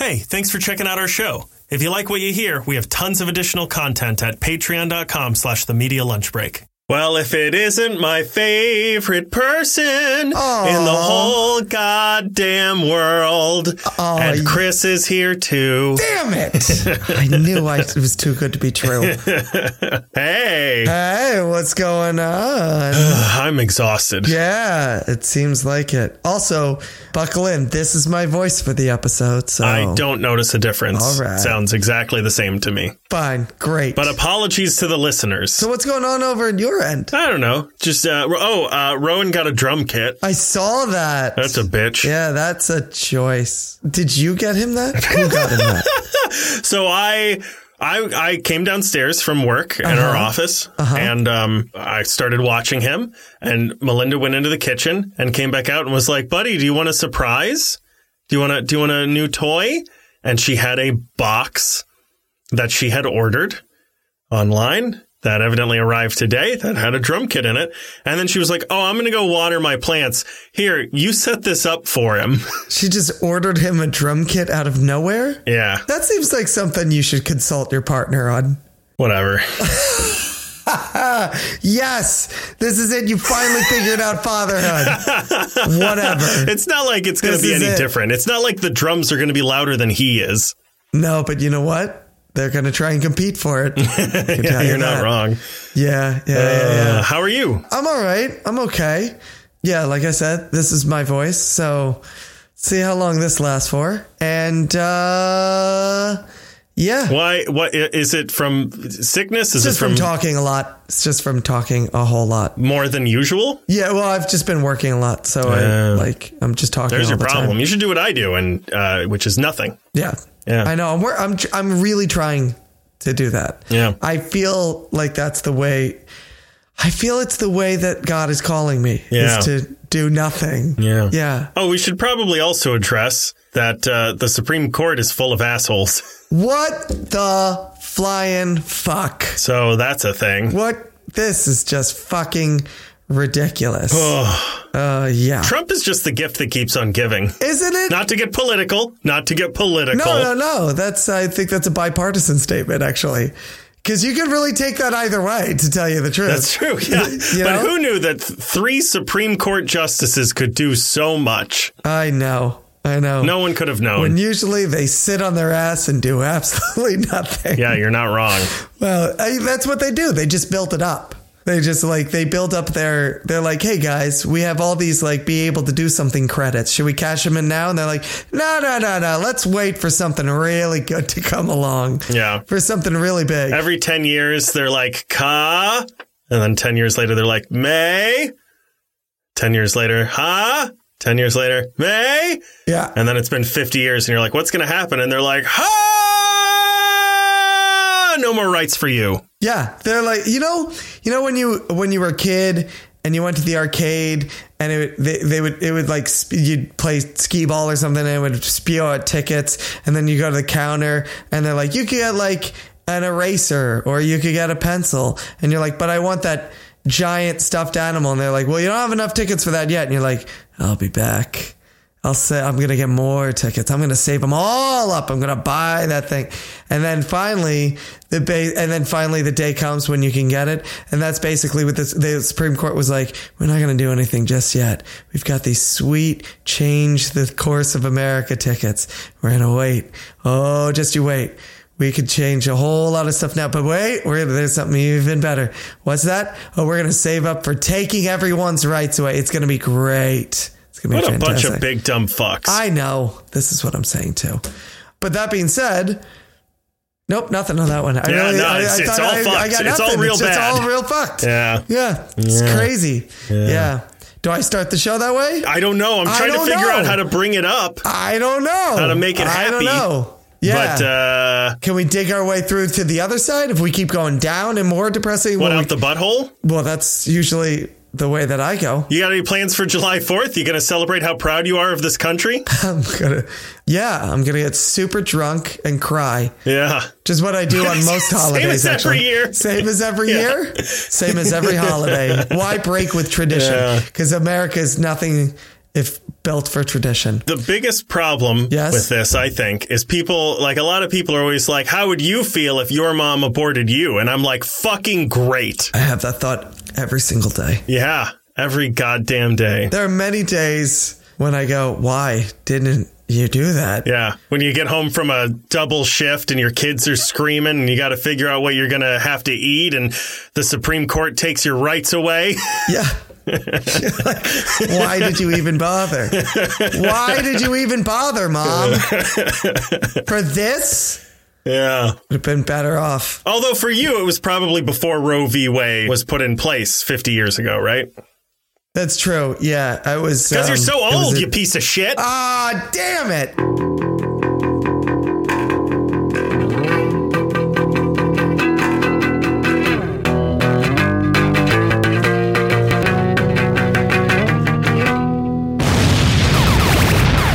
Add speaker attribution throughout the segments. Speaker 1: Hey, thanks for checking out our show. If you like what you hear, we have tons of additional content at patreon.com slash the media lunch break. Well, if it isn't my favorite person in the whole goddamn world,
Speaker 2: Aw,
Speaker 1: and
Speaker 2: you-
Speaker 1: Chris is here too.
Speaker 2: Damn it! I knew I, it was too good to be true.
Speaker 1: Hey,
Speaker 2: Hey, what's going on?
Speaker 1: I'm exhausted.
Speaker 2: yeah, it seems like it. Also, buckle in. This is my voice for the episode, so
Speaker 1: I don't notice a difference.
Speaker 2: Oh. All right.
Speaker 1: Sounds exactly the same to me.
Speaker 2: fine, great.
Speaker 1: But apologies to the listeners.
Speaker 2: so what's going on over in your end?
Speaker 1: I don't know. Just uh, ro- oh, uh, Rowan got a drum kit.
Speaker 2: I saw that.
Speaker 1: That's a bitch.
Speaker 2: Uh, yeah, that's a choice. Did you get him that? Who got him that?
Speaker 1: So I. I, I came downstairs from work in our office and um, I started watching him. And Melinda went into the kitchen and came back out and was like, "Buddy, do you want a surprise? Do you want a do you want a new toy?" And she had a box that she had ordered online that evidently arrived today that had a drum kit in it. And then she was like, "Oh, I'm going to go water my plants. Here, you set this up for him."
Speaker 2: She just ordered him a drum kit out of nowhere.
Speaker 1: yeah.
Speaker 2: That seems like something you should consult your partner on.
Speaker 1: Whatever.
Speaker 2: Yes, this is it. You finally figured out fatherhood. Whatever.
Speaker 1: It's not like it's going to
Speaker 2: This
Speaker 1: be
Speaker 2: is
Speaker 1: any
Speaker 2: it.
Speaker 1: different. It's not like the drums are going to be louder than he is.
Speaker 2: No, but you know what? They're going to try and compete for it. I can
Speaker 1: Yeah,
Speaker 2: tell you
Speaker 1: you're not
Speaker 2: that.
Speaker 1: wrong.
Speaker 2: Yeah, yeah, yeah, yeah.
Speaker 1: Uh, how are you?
Speaker 2: I'm all right. I'm okay. Yeah, like I said, this is my voice. So see how long this lasts for. And uh yeah,
Speaker 1: Why? What i- is it from sickness? Is
Speaker 2: it's just
Speaker 1: it
Speaker 2: from,
Speaker 1: from,
Speaker 2: talking a lot. It's just from talking a whole lot.
Speaker 1: more than usual?
Speaker 2: Yeah, well, I've just been working a lot, so I like I'm just talking.
Speaker 1: There's your
Speaker 2: all the
Speaker 1: problem.
Speaker 2: Time.
Speaker 1: You should do what I do, and uh, which is nothing.
Speaker 2: Yeah,
Speaker 1: Yeah.
Speaker 2: I know. I'm wor- I'm tr- I'm really trying to do that.
Speaker 1: Yeah.
Speaker 2: I feel like that's the way. I feel it's the way that God is calling me
Speaker 1: Yeah.
Speaker 2: is to do nothing.
Speaker 1: Yeah.
Speaker 2: Yeah.
Speaker 1: Oh, we should probably also address that uh, the Supreme Court is full of assholes.
Speaker 2: What the flying fuck?
Speaker 1: So that's a thing.
Speaker 2: What? This is just fucking ridiculous. Uh, yeah.
Speaker 1: Trump is just the gift that keeps on giving.
Speaker 2: Isn't it?
Speaker 1: Not to get political. Not to get political.
Speaker 2: no, no, no. That's, I think that's a bipartisan statement, actually. Because you could really take that either way, to tell you the truth.
Speaker 1: That's true. Yeah.
Speaker 2: You
Speaker 1: but
Speaker 2: know?
Speaker 1: who knew that th- three Supreme Court justices could do so much?
Speaker 2: I know. I know.
Speaker 1: No one could have known.
Speaker 2: And usually they sit on their ass and do absolutely nothing.
Speaker 1: yeah, you're not wrong.
Speaker 2: Well, I, that's what they do. They just built it up. They just like they build up their. They're like, hey guys, we have all these like be able to do something credits. Should we cash them in now? And they're like, no, no, no, no. Let's wait for something really good to come along.
Speaker 1: Yeah.
Speaker 2: for something really big.
Speaker 1: Every 10 years, they're like, Ka. And then 10 years later, they're like, May. 10 years later, Ha. 10 years later, May.
Speaker 2: yeah,
Speaker 1: And then it's been 50 years, and you're like, what's going to happen? And they're like, Ha. No more rights for you.
Speaker 2: yeah. They're like, you know, you know when you when you were a kid. And you went to the arcade, and it would, they, they would it would like sp- you'd play skee ball or something, and it would spew out tickets, and then you go to the counter, and they're like, you could get like an eraser or you could get a pencil, and you're like, but I want that giant stuffed animal, and they're like, well, you don't have enough tickets for that yet, and you're like, I'll be back. I'll say I'm gonna get more tickets. I'm gonna save them all up. I'm gonna buy that thing, and then finally the ba- and then finally the day comes when you can get it, and that's basically what this, the Supreme Court was like. We're not gonna do anything just yet. We've got these sweet change the course of America tickets. We're gonna wait. Oh, just you wait. We could change a whole lot of stuff now, but wait, we're, there's something even better. What's that? Oh, we're gonna save up for taking everyone's rights away. It's gonna be great. It's gonna be
Speaker 1: What a bunch
Speaker 2: fantastic.
Speaker 1: of big dumb fucks.
Speaker 2: I know. This is what I'm saying too. But that being said, nope, nothing on that one. I
Speaker 1: Yeah,
Speaker 2: really,
Speaker 1: no,
Speaker 2: I,
Speaker 1: it's-
Speaker 2: I
Speaker 1: it's
Speaker 2: thought
Speaker 1: all
Speaker 2: I, I
Speaker 1: fucked.
Speaker 2: got
Speaker 1: It's all
Speaker 2: nothing.
Speaker 1: real
Speaker 2: just
Speaker 1: bad.
Speaker 2: all real fucked.
Speaker 1: yeah.
Speaker 2: Yeah. It's crazy. Yeah. Do I start the show that way?
Speaker 1: I don't know. I'm
Speaker 2: I
Speaker 1: trying to
Speaker 2: don't
Speaker 1: figure
Speaker 2: know.
Speaker 1: out how to bring it up.
Speaker 2: I don't know. How
Speaker 1: to make it
Speaker 2: I don't
Speaker 1: happy,
Speaker 2: know. Yeah.
Speaker 1: But uh,
Speaker 2: Can we dig our way through to the other side if we keep going down and more depressing?
Speaker 1: what
Speaker 2: well, we-
Speaker 1: out the butthole?
Speaker 2: well, that's usually the way that I go.
Speaker 1: You got any plans for July 4th? You going to celebrate how proud you are of this country?
Speaker 2: I'm gonna, yeah, I'm gonna get super drunk and cry.
Speaker 1: Yeah.
Speaker 2: Just what I do on most
Speaker 1: Same
Speaker 2: holidays.
Speaker 1: as every
Speaker 2: actually.
Speaker 1: year.
Speaker 2: Same as every year. Same as every holiday. Why break with tradition? Because America is nothing if built for tradition.
Speaker 1: The biggest problem
Speaker 2: Yes?
Speaker 1: with this, I think, is people like a lot of people are always like, "How would you feel if your mom aborted you?" And I'm like, "Fucking great."
Speaker 2: I have that thought every single day.
Speaker 1: Yeah, every goddamn day.
Speaker 2: There are many days when I go, why didn't you do that?
Speaker 1: Yeah, when you get home from a double shift and your kids are screaming and you got to figure out what you're going to have to eat and the Supreme Court takes your rights away.
Speaker 2: Yeah. Why did you even bother? Why did you even bother, mom? For this?
Speaker 1: yeah.
Speaker 2: Would have been better off.
Speaker 1: Although for you it was probably before Roe v. Wade was put in place 50 years ago, right?
Speaker 2: That's true. Yeah, I was.
Speaker 1: Cuz you're
Speaker 2: um,
Speaker 1: so
Speaker 2: it was
Speaker 1: old,
Speaker 2: a-
Speaker 1: you piece of shit.
Speaker 2: Ah, damn it.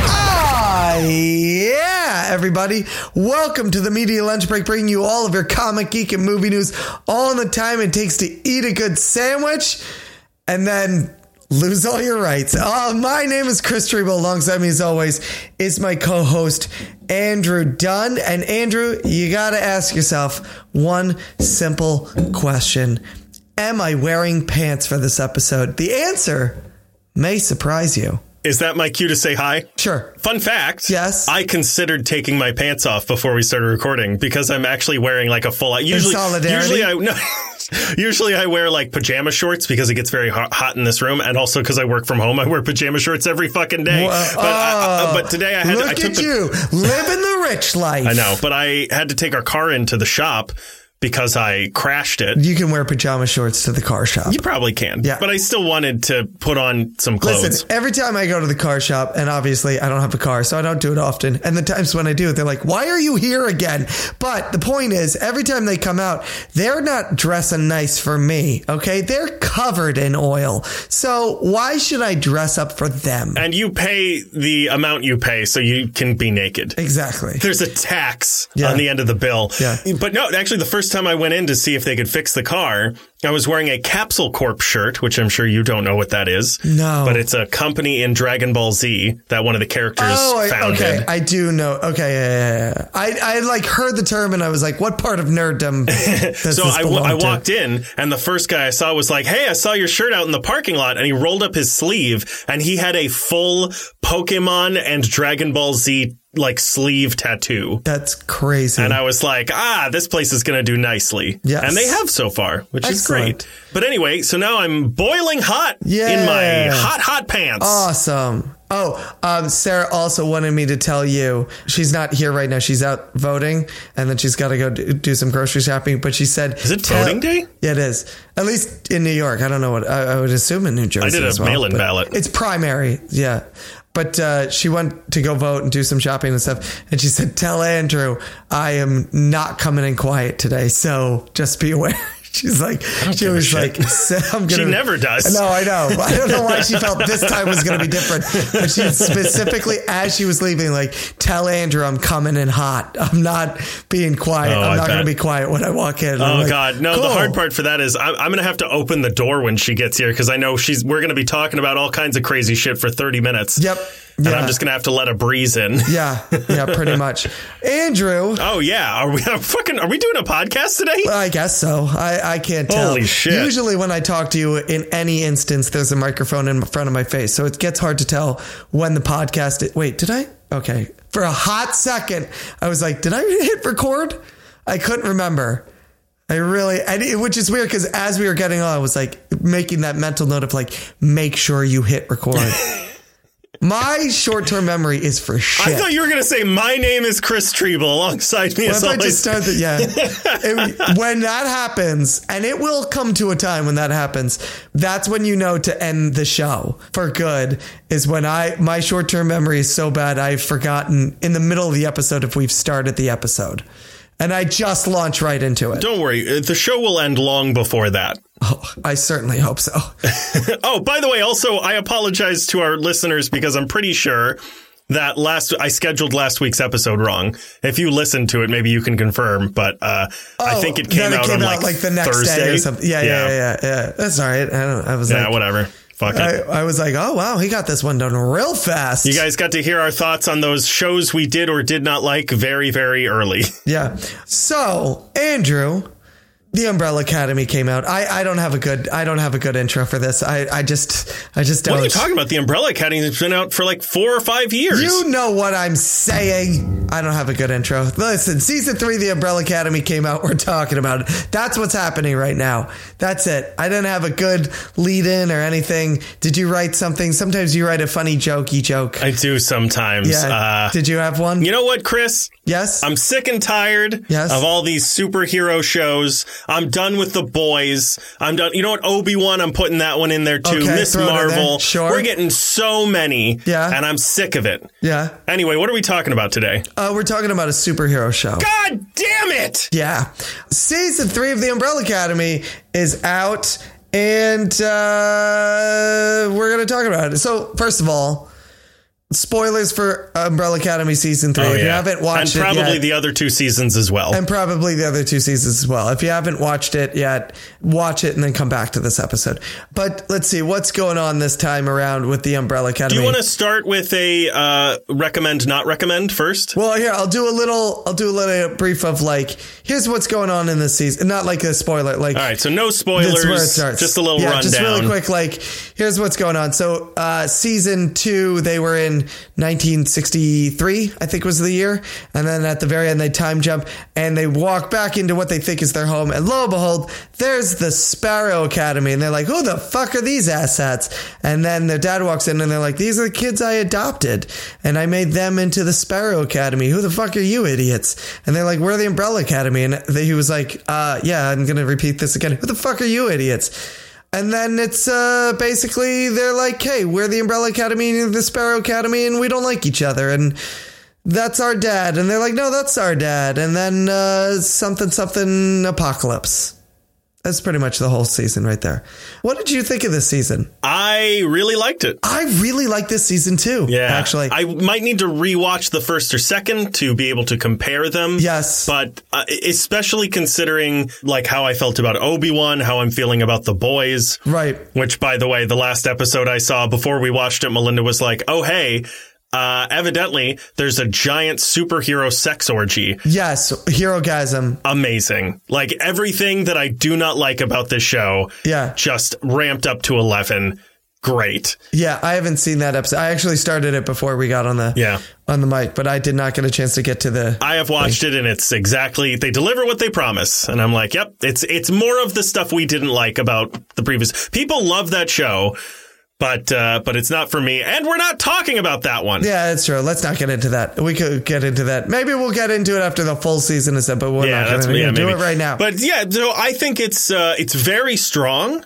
Speaker 2: Ah, yeah, Everybody, welcome to the Media Lunch Break, bringing you all of your comic, geek, and movie news all in the time it takes to eat a good sandwich and then lose all your rights. Uh, my name is Chris Trebo. Alongside me, as always, is my co host, Andrew Dunn. And Andrew, you got to ask yourself one simple question Am I wearing pants for this episode? The answer may surprise you.
Speaker 1: Is that my cue to say hi?
Speaker 2: Sure.
Speaker 1: Fun fact.
Speaker 2: Yes.
Speaker 1: I considered taking my pants off before we started recording because I'm actually wearing like a full out. Usually,
Speaker 2: solidarity?
Speaker 1: usually I no. Usually I wear like pajama shorts because it gets very hot, hot in this room, and also because I work from home, I wear pajama shorts every fucking day.
Speaker 2: Whoa.
Speaker 1: But, I- I- but today I had to, I
Speaker 2: oh. Look
Speaker 1: took
Speaker 2: at
Speaker 1: the,
Speaker 2: you living the rich life.
Speaker 1: I know, but I had to take our car into the shop because I crashed it.
Speaker 2: You can wear pajama shorts to the car shop.
Speaker 1: You probably can,
Speaker 2: Yeah.
Speaker 1: but I still wanted to put on some clothes.
Speaker 2: Listen, every time I go to the car shop, and obviously I don't have a car, so I don't do it often. And the times when I do, they're like, why are you here again? But the point is, every time they come out, they're not dressing nice for me, okay? They're covered in oil. So why should I dress up for them?
Speaker 1: and you pay the amount you pay so you can be naked.
Speaker 2: Exactly.
Speaker 1: There's a tax
Speaker 2: Yeah.
Speaker 1: on the end of the bill.
Speaker 2: Yeah.
Speaker 1: But no, actually, the first time I went in to see if they could fix the car, I was wearing a Capsule Corp shirt, which I'm sure you don't know what that is.
Speaker 2: No.
Speaker 1: But it's a company in Dragon Ball Z that one of the characters
Speaker 2: Oh, I,
Speaker 1: founded.
Speaker 2: okay. I do know. Okay, yeah, yeah, yeah. I, I like heard the term and I was like, what part of nerddom does
Speaker 1: So
Speaker 2: this
Speaker 1: I, w-
Speaker 2: belong
Speaker 1: I
Speaker 2: to?
Speaker 1: walked in, and the first guy I saw was like, "Hey, I saw your shirt out in the parking lot," and he rolled up his sleeve, and he had a full Pokemon and Dragon Ball Z like sleeve tattoo.
Speaker 2: That's crazy.
Speaker 1: And I was like, ah, this place is going to do nicely.
Speaker 2: Yes.
Speaker 1: And they have so far, which is
Speaker 2: Excellent.
Speaker 1: great. But anyway, so now I'm boiling hot in
Speaker 2: Yeah. Ah.
Speaker 1: my hot, hot pants.
Speaker 2: Awesome. Oh, um, Sarah also wanted me to tell you she's not here right now. She's out voting, and then she's got to go do, do some grocery shopping. But she said,
Speaker 1: is it
Speaker 2: tell-
Speaker 1: voting day?
Speaker 2: Yeah, it is. At least in New York. I don't know what I, I would assume in New Jersey.
Speaker 1: did a
Speaker 2: as well,
Speaker 1: mail-in
Speaker 2: but
Speaker 1: ballot.
Speaker 2: It's primary. Yeah, but uh, she went to go vote and do some shopping and stuff. And she said, "Tell Andrew I am not coming in quiet today, so just be aware." She's like, she
Speaker 1: give a
Speaker 2: was like,
Speaker 1: shit.
Speaker 2: I'm
Speaker 1: She
Speaker 2: gonna.
Speaker 1: never does.
Speaker 2: No, I know. I don't know why she felt this time was going to be different. But she specifically, as she was leaving, like, tell Andrew I'm coming in hot. I'm not being quiet.
Speaker 1: Oh,
Speaker 2: I'm
Speaker 1: I
Speaker 2: not going to
Speaker 1: bet.
Speaker 2: be quiet when I walk in.
Speaker 1: Oh God! No, the hard part for that is I'm, I'm going to have to open the door when she gets here because I know she's. We're going to be talking about all kinds of crazy shit for 30 minutes.
Speaker 2: Yep.
Speaker 1: And
Speaker 2: Yeah.
Speaker 1: I'm just going to have to let a breeze in.
Speaker 2: Yeah, yeah, pretty much. Andrew,
Speaker 1: Oh yeah, are we are fucking? Are we doing a podcast today?
Speaker 2: I guess so. I, I can't tell.
Speaker 1: Holy shit.
Speaker 2: Usually, when I talk to you in any instance, there's a microphone in front of my face. So it gets hard to tell when the podcast. i- Wait, did I? Okay. For a hot second, I was like, did I hit record? I couldn't remember. I really, I, di- which is weird because as we were getting on, I was like making that mental note of like, make sure you hit record. my short term memory is for shit.
Speaker 1: I thought you were going to say my name is Chris Treble alongside me.
Speaker 2: What
Speaker 1: As
Speaker 2: if I
Speaker 1: always,
Speaker 2: just start that? Yeah. It- when that happens, and it will come to a time when that happens, that's when you know to end the show for good. Is when I my short term memory is so bad I've forgotten in the middle of the episode if we've started the episode, and I just launch right into it.
Speaker 1: Don't worry, uh, the show will end long before that.
Speaker 2: Oh, I certainly hope so.
Speaker 1: Oh, by the way, also I apologize to our listeners because I'm pretty sure that last I scheduled last week's episode wrong. If you listened to it, maybe you can confirm. But uh, I
Speaker 2: Oh,
Speaker 1: think it came
Speaker 2: then
Speaker 1: out on like,
Speaker 2: the next
Speaker 1: Thursday
Speaker 2: day or something. Yeah, yeah, yeah, yeah, yeah. That's all right. I don't. I was
Speaker 1: Yeah,
Speaker 2: like,
Speaker 1: whatever. Fuck it.
Speaker 2: I, I was like, oh wow, he got this one done real fast.
Speaker 1: you guys got to hear our thoughts on those shows we did or did not like very, very early.
Speaker 2: Yeah. So, Andrew, the Umbrella Academy came out. I, I don't have a good I don't have a good intro for this. I, I just I just don't.
Speaker 1: What are you talking about? The Umbrella Academy has been out for like four or five years.
Speaker 2: You know what I'm saying. I don't have a good intro. Listen, season three, The Umbrella Academy came out. We're talking about it. That's what's happening right now. That's it. I didn't have a good lead in or anything. Did you write something? Sometimes you write a funny jokey joke.
Speaker 1: I do sometimes.
Speaker 2: yeah.
Speaker 1: Uh, Um,
Speaker 2: Did you have one?
Speaker 1: you know what, Chris?
Speaker 2: yes.
Speaker 1: I'm sick and tired
Speaker 2: Yes.
Speaker 1: of all these superhero shows. I'm done with the boys. I'm done. You know what? Obi Wan. I'm putting that one in there too.
Speaker 2: Okay,
Speaker 1: Miss
Speaker 2: throw it in there.
Speaker 1: Marvel.
Speaker 2: Sure.
Speaker 1: We're getting so many.
Speaker 2: Yeah.
Speaker 1: And I'm sick of it.
Speaker 2: yeah.
Speaker 1: Anyway, what are we talking about today?
Speaker 2: Uh, we're talking about a superhero show.
Speaker 1: God damn it!
Speaker 2: Yeah. Season three of The Umbrella Academy is out, and uh, we're going to talk about it. So, first of all, spoilers for Umbrella Academy Season three. if you haven't watched
Speaker 1: Oh, and
Speaker 2: it
Speaker 1: probably
Speaker 2: yet,
Speaker 1: the other two seasons as well.
Speaker 2: and probably the other two seasons as well. If you haven't watched it yet, watch it and then come back to this episode. But let's see what's going on this time around with The Umbrella Academy.
Speaker 1: Do you want to start with a uh, recommend, not recommend first?
Speaker 2: Well, here I'll do a little. I'll do a little brief of like, here's what's going on in this season. Not like a spoiler. Like,
Speaker 1: All right, so no spoilers.
Speaker 2: That's where it starts.
Speaker 1: Just a little
Speaker 2: yeah,
Speaker 1: rundown.
Speaker 2: Just really quick, like here's what's going on. So uh, season two, they were in 1963, I think was the year, and then at the very end they time jump and they walk back into what they think is their home, and lo and behold, there's the Sparrow Academy, and they're like, who the fuck are these assets? And then their dad walks in and they're like, these are the kids I adopted, and I made them into the Sparrow Academy. Who the fuck are you idiots? And they're like, we're the Umbrella Academy, and they, he was like, uh, yeah, I'm gonna repeat this again. Who the fuck are you idiots? And then it's uh, basically they're like, hey, we're the Umbrella Academy and the Sparrow Academy, and we don't like each other. And that's our dad. And they're like, no, that's our dad. And then uh, something, something apocalypse. That's pretty much the whole season right there. What did you think of this season?
Speaker 1: I really liked it.
Speaker 2: I really like this season too.
Speaker 1: Yeah.
Speaker 2: Actually,
Speaker 1: I might need to rewatch the first or second to be able to compare them.
Speaker 2: Yes.
Speaker 1: But uh, especially considering like how I felt about Obi-Wan, how I'm feeling about the boys.
Speaker 2: right.
Speaker 1: Which, by the way, the last episode I saw before we watched it, Melinda was like, oh, hey, uh, evidently there's a giant superhero sex orgy.
Speaker 2: Yes. Hero Gasm.
Speaker 1: Amazing. Like everything that I do not like about this show,
Speaker 2: Yeah.
Speaker 1: just ramped up to 11. Great.
Speaker 2: Yeah, I haven't seen that episode. I actually started it before we got on the
Speaker 1: Yeah.
Speaker 2: on the mic, but I did not get a chance to get to the
Speaker 1: I have watched it and it's exactly they deliver what they promise. And I'm like, yep, it's it's more of the stuff we didn't like about the previous. People love that show, but uh, but it's not for me. And we're not talking about that one.
Speaker 2: Yeah, that's true. Let's not get into that. We could get into that. Maybe we'll get into it after the full season is up, but we're not going to
Speaker 1: yeah,
Speaker 2: do
Speaker 1: maybe.
Speaker 2: it right now.
Speaker 1: But yeah, so I think it's uh, it's very strong.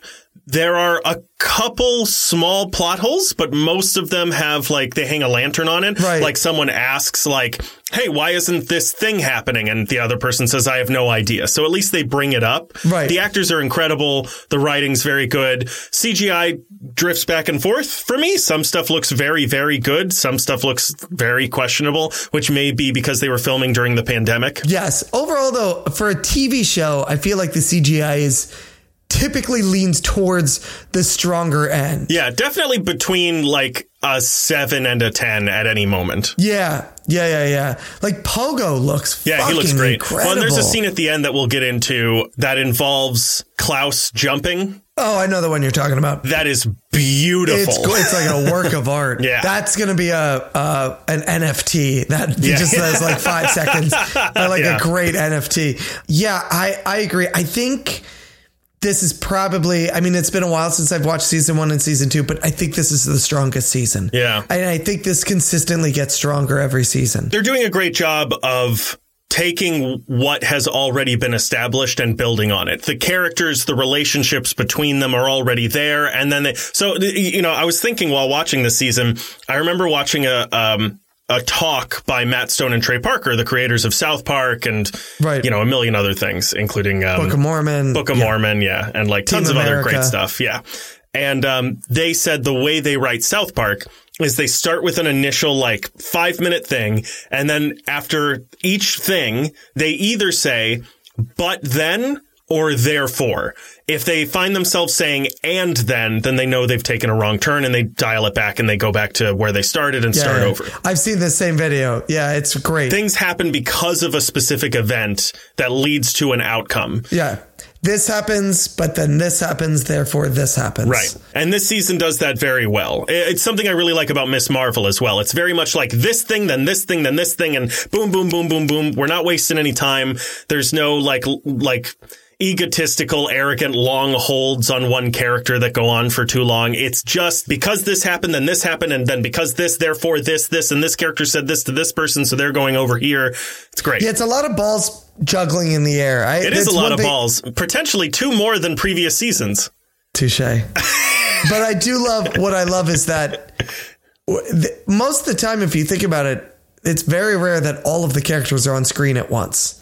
Speaker 1: There are a couple small plot holes, but most of them have like they hang a lantern on it.
Speaker 2: Right.
Speaker 1: Like someone asks, like, "Hey, why isn't this thing happening?" And the other person says, "I have no idea." So at least they bring it up.
Speaker 2: Right.
Speaker 1: The actors are incredible. The writing's very good. CGI drifts back and forth for me. Some stuff looks very, very good. Some stuff looks very questionable, which may be because they were filming during the pandemic.
Speaker 2: yes, overall though, for a TV show, I feel like the CGI is typically leans towards the stronger end.
Speaker 1: Yeah, definitely between like a seven and a ten at any moment.
Speaker 2: Yeah, yeah, yeah, yeah. Like Pogo looks.
Speaker 1: Yeah, he looks
Speaker 2: fucking
Speaker 1: great.
Speaker 2: Incredible.
Speaker 1: Well, and there's a scene at the end that we'll get into that involves Klaus jumping.
Speaker 2: Oh, I know the one you're talking about.
Speaker 1: That is beautiful.
Speaker 2: It's go- it's like a work of art.
Speaker 1: Yeah.
Speaker 2: that's gonna be a uh, an NFT that
Speaker 1: Yeah.
Speaker 2: just does like five seconds, I like
Speaker 1: Yeah.
Speaker 2: a great NFT. Yeah, I I agree. I think this is probably. I mean, it's been a while since I've watched season one and season two, but I think this is the strongest season.
Speaker 1: Yeah.
Speaker 2: and I think this consistently gets stronger every season.
Speaker 1: They're doing a great job of taking what has already been established and building on it. The characters, the relationships between them are already there. And then they, so, you know, I was thinking while watching this season, I remember watching a, um, a talk by Matt Stone and Trey Parker, the creators of South Park and,
Speaker 2: Right.
Speaker 1: you know, a million other things, including, um,
Speaker 2: Book of Mormon.
Speaker 1: Book of Mormon, yeah, and like tons of other
Speaker 2: America.
Speaker 1: great stuff, yeah. And um, they said the way they write South Park is they start with an initial like five minute thing, and then after each thing, they either say "but then" or therefore. If they find themselves saying and then, then they know they've taken a wrong turn and they dial it back and they go back to where they started and
Speaker 2: Yeah,
Speaker 1: start
Speaker 2: yeah.
Speaker 1: over.
Speaker 2: I've seen the same video. Yeah, it's great.
Speaker 1: Things happen because of a specific event that leads to an outcome.
Speaker 2: yeah. This happens, but then this happens, therefore this happens.
Speaker 1: Right. And this season does that very well. I- It's something I really like about Miss Marvel as well. It's very much like this thing, then this thing, then this thing, and boom, boom, boom, boom, boom. We're not wasting any time. There's no like, l- like, egotistical, arrogant, long holds on one character that go on for too long. It's just because this happened, then this happened, and then because this, therefore this, this, and this character said this to this person, so they're going over here. It's great.
Speaker 2: Yeah, it's a lot of balls juggling in the air. I,
Speaker 1: it is a lot of balls, potentially two more than previous seasons.
Speaker 2: Touche. but I do love what I love is that w- th- most of the time, if you think about it, it's very rare that all of the characters are on screen at once.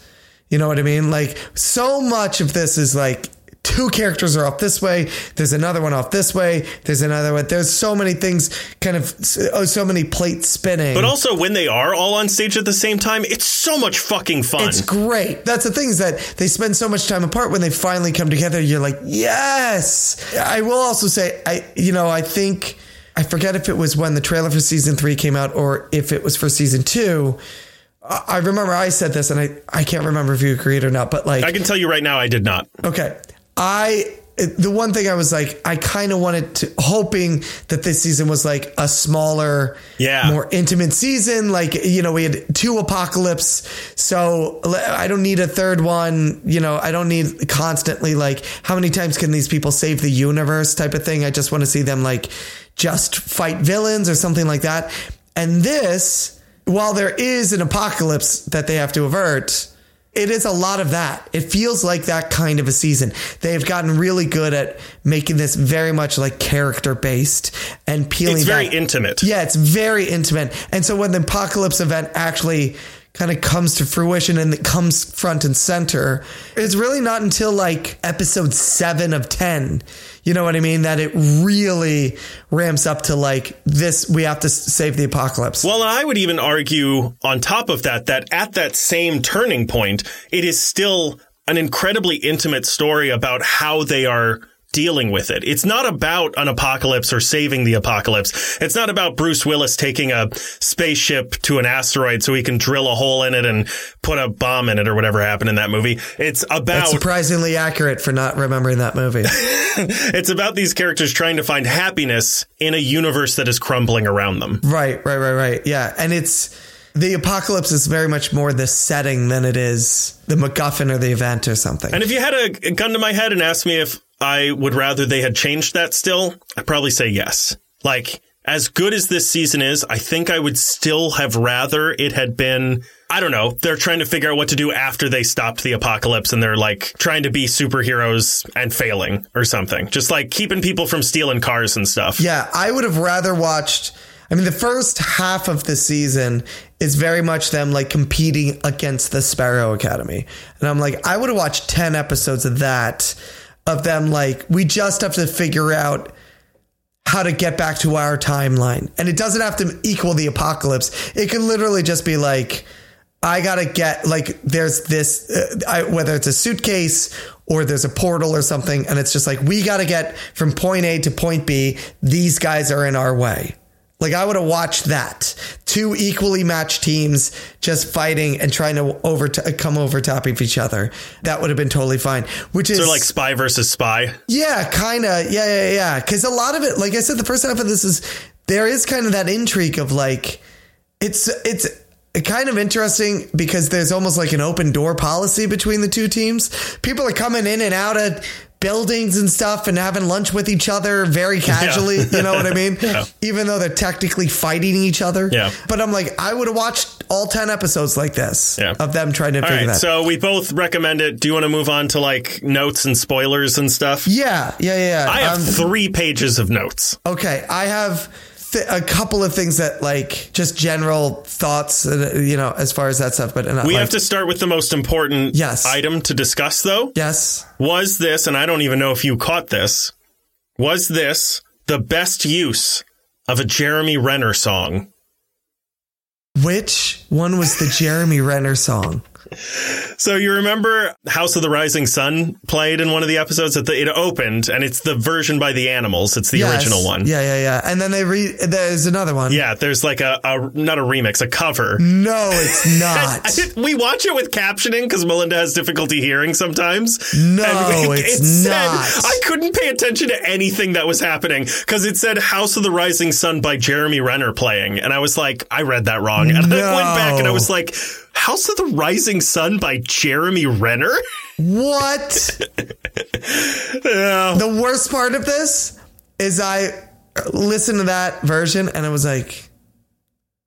Speaker 2: You know what I mean? Like, so much of this is like two characters are off this way, there's another one off this way, there's another one. There's so many things kind of, oh, so many plates spinning.
Speaker 1: But also, when they are all on stage at the same time, it's so much fucking fun.
Speaker 2: It's great. That's the thing is that they spend so much time apart. When they finally come together, you're like, yes. I will also say, I you know, I think I forget if it was when the trailer for season three came out or if it was for season two. I I remember I said this, and I I can't remember if you agreed or not, but like
Speaker 1: I can tell you right now, I did not.
Speaker 2: Okay. I the one thing I was like, I kind of wanted to hoping that this season was like a smaller,
Speaker 1: Yeah.
Speaker 2: more intimate season. Like you know, we had two apocalypse, so le- I don't need a third one. You know, I don't need constantly like how many times can these people save the universe type of thing. I just want to see them like just fight villains or something like that. And this, while there is an apocalypse that they have to avert, it is a lot of that. It feels like that kind of a season. They've gotten really good at making this very much like character based and peeling
Speaker 1: It's very
Speaker 2: back.
Speaker 1: intimate.
Speaker 2: Yeah, it's very intimate. And so when the apocalypse event actually kind of comes to fruition and it comes front and center, it's really not until like episode seven of 10, you know what I mean? That it really ramps up to like this, we have to s- save the apocalypse.
Speaker 1: Well, and I would even argue on top of that, that at that same turning point, it is still an incredibly intimate story about how they are dealing with it. It's not about an apocalypse or saving the apocalypse. It's not about Bruce Willis taking a spaceship to an asteroid so he can drill a hole in it and put a bomb in it or whatever happened in that movie. It's about
Speaker 2: Surprisingly accurate for not remembering that movie.
Speaker 1: It's about these characters trying to find happiness in a universe that is crumbling around them.
Speaker 2: Right, right, right, right. Yeah. And it's the apocalypse is very much more the setting than it is the MacGuffin or the event or something.
Speaker 1: And if you had a gun to my head and asked me if I would rather they had changed that still, I'd probably say yes. Like, as good as this season is, I think I would still have rather it had been, I don't know, they're trying to figure out what to do after they stopped the apocalypse and they're like trying to be superheroes and failing or something. Just like keeping people from stealing cars and stuff.
Speaker 2: yeah, I would have rather watched. I mean, the first half of the season is very much them like competing against the Sparrow Academy. And I'm like, I would have watched 10 episodes of that, of them like, we just have to figure out how to get back to our timeline. And it doesn't have to equal the apocalypse. It can literally just be like, I gotta get like there's this uh, I, whether it's a suitcase or there's a portal or something, and it's just like we gotta get from point A to point B. These guys are in our way. Like I would have watched that two equally matched teams just fighting and trying to over come over top of each other. That would have been totally fine. Which is
Speaker 1: They're like spy versus spy.
Speaker 2: yeah, kind of. Yeah, yeah, yeah. Because a lot of it, like I said, the first half of this is there is kind of that intrigue of like it's it's kind of interesting because there's almost like an open door policy between the two teams. People are coming in and out of buildings and stuff and having lunch with each other very casually. You know what I mean? Even though they're technically fighting each other.
Speaker 1: Yeah.
Speaker 2: But I'm like, I would have watched all ten episodes like this
Speaker 1: Yeah.
Speaker 2: of them trying to
Speaker 1: All
Speaker 2: figure
Speaker 1: right,
Speaker 2: that.
Speaker 1: so we both recommend it. Do you want to move on to like notes and spoilers and stuff?
Speaker 2: yeah, yeah, yeah. yeah.
Speaker 1: I have
Speaker 2: Um,
Speaker 1: three pages of notes.
Speaker 2: Okay, I have th- a couple of things that like just general thoughts, uh, you know, as far as that stuff. But and
Speaker 1: We have to start with the most important
Speaker 2: Yes.
Speaker 1: item to discuss, though.
Speaker 2: Yes.
Speaker 1: Was this, and I don't even know if you caught this, was this the best use of a Jeremy Renner song?
Speaker 2: Which one was the Jeremy Renner song?
Speaker 1: So you remember House of the Rising Sun played in one of the episodes that the, it opened, and it's the version by the animals. It's the
Speaker 2: Yes.
Speaker 1: original one.
Speaker 2: Yeah, yeah, yeah. And then they re there's another one.
Speaker 1: Yeah, there's like a, a not a remix, a cover.
Speaker 2: No, it's not.
Speaker 1: we watch it with captioning because Melinda has difficulty hearing sometimes.
Speaker 2: No,
Speaker 1: And we-
Speaker 2: it's not.
Speaker 1: I couldn't pay attention to anything that was happening because it said House of the Rising Sun by Jeremy Renner playing. And I was like, I read that wrong. And I went back and I
Speaker 2: No.
Speaker 1: was like, House of the Rising Sun by Jeremy Renner?
Speaker 2: what? The worst part of this is I listened to that version and I was like,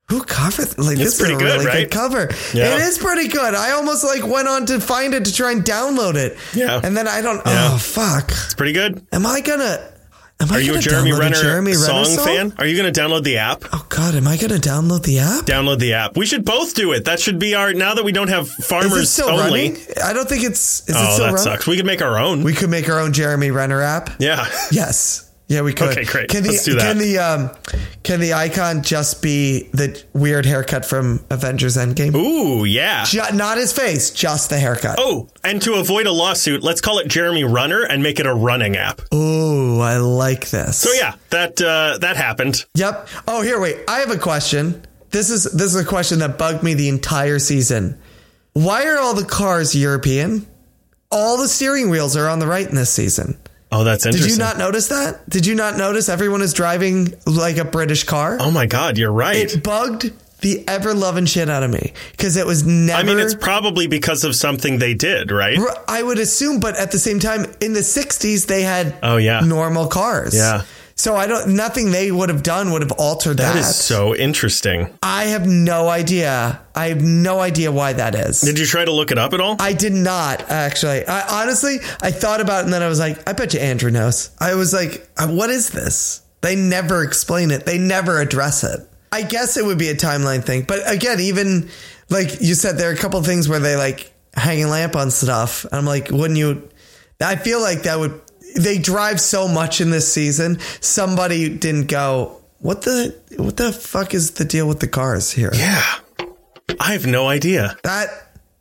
Speaker 2: who covered like this
Speaker 1: pretty
Speaker 2: is
Speaker 1: good,
Speaker 2: a really
Speaker 1: right?
Speaker 2: good cover.
Speaker 1: Yeah.
Speaker 2: It is pretty good. I almost like went on to find it to try and download it.
Speaker 1: Yeah.
Speaker 2: And then I don't
Speaker 1: Yeah.
Speaker 2: oh fuck.
Speaker 1: It's pretty good.
Speaker 2: Am I gonna am I
Speaker 1: Are you a
Speaker 2: gonna
Speaker 1: Jeremy
Speaker 2: download
Speaker 1: Renner,
Speaker 2: Jeremy Renner
Speaker 1: song, fan? Are you going to download the app?
Speaker 2: Oh god, am I gonna download the app?
Speaker 1: Download the app. We should both do it. That should be our now that we don't have
Speaker 2: Is it
Speaker 1: farmers
Speaker 2: still
Speaker 1: only.
Speaker 2: running? I don't think it's is it
Speaker 1: Oh,
Speaker 2: still
Speaker 1: that
Speaker 2: running?
Speaker 1: sucks. We could make our own.
Speaker 2: We could make our own Jeremy Renner app.
Speaker 1: yeah.
Speaker 2: Yes. Yeah, we could.
Speaker 1: Okay, great.
Speaker 2: Can the,
Speaker 1: Let's do that.
Speaker 2: Can the um, can the icon just be the weird haircut from Avengers Endgame?
Speaker 1: Ooh, yeah.
Speaker 2: Ju- not his face, just the haircut.
Speaker 1: Oh, and to avoid a lawsuit, let's call it Jeremy Runner and make it a running app. So
Speaker 2: Ooh, I like this. So
Speaker 1: yeah, that uh, that happened.
Speaker 2: Yep. Oh, here, wait. I have a question. This is this is a question that bugged me the entire season. Why are all the cars European? All the steering wheels are on the right in this season.
Speaker 1: Oh, that's
Speaker 2: Did
Speaker 1: interesting.
Speaker 2: you not notice that? Did you not notice everyone is driving like a British car?
Speaker 1: oh my God, you're right.
Speaker 2: it bugged the ever loving shit out of me because it was never.
Speaker 1: I mean, it's probably because of something they did, right?
Speaker 2: I would assume, but at the same time, in the '60s they had
Speaker 1: Oh, yeah.
Speaker 2: normal cars.
Speaker 1: Yeah.
Speaker 2: So I don't. Nothing they would have done would have altered that.
Speaker 1: That is so interesting.
Speaker 2: I have no idea. I have no idea why that is.
Speaker 1: Did you try to look it up at all?
Speaker 2: I did not actually. I honestly, I thought about it and then I was like, I bet you Andrew knows. I was like, uh, what is this? They never explain it. They never address it. I guess it would be a timeline thing, but again, even like you said, there are a couple things where they like hang a lamp on stuff. I'm like, wouldn't you? I feel like that would. They drive so much in this season. Somebody didn't go. What the what the fuck is the deal with the cars here?
Speaker 1: yeah. I have no idea.
Speaker 2: That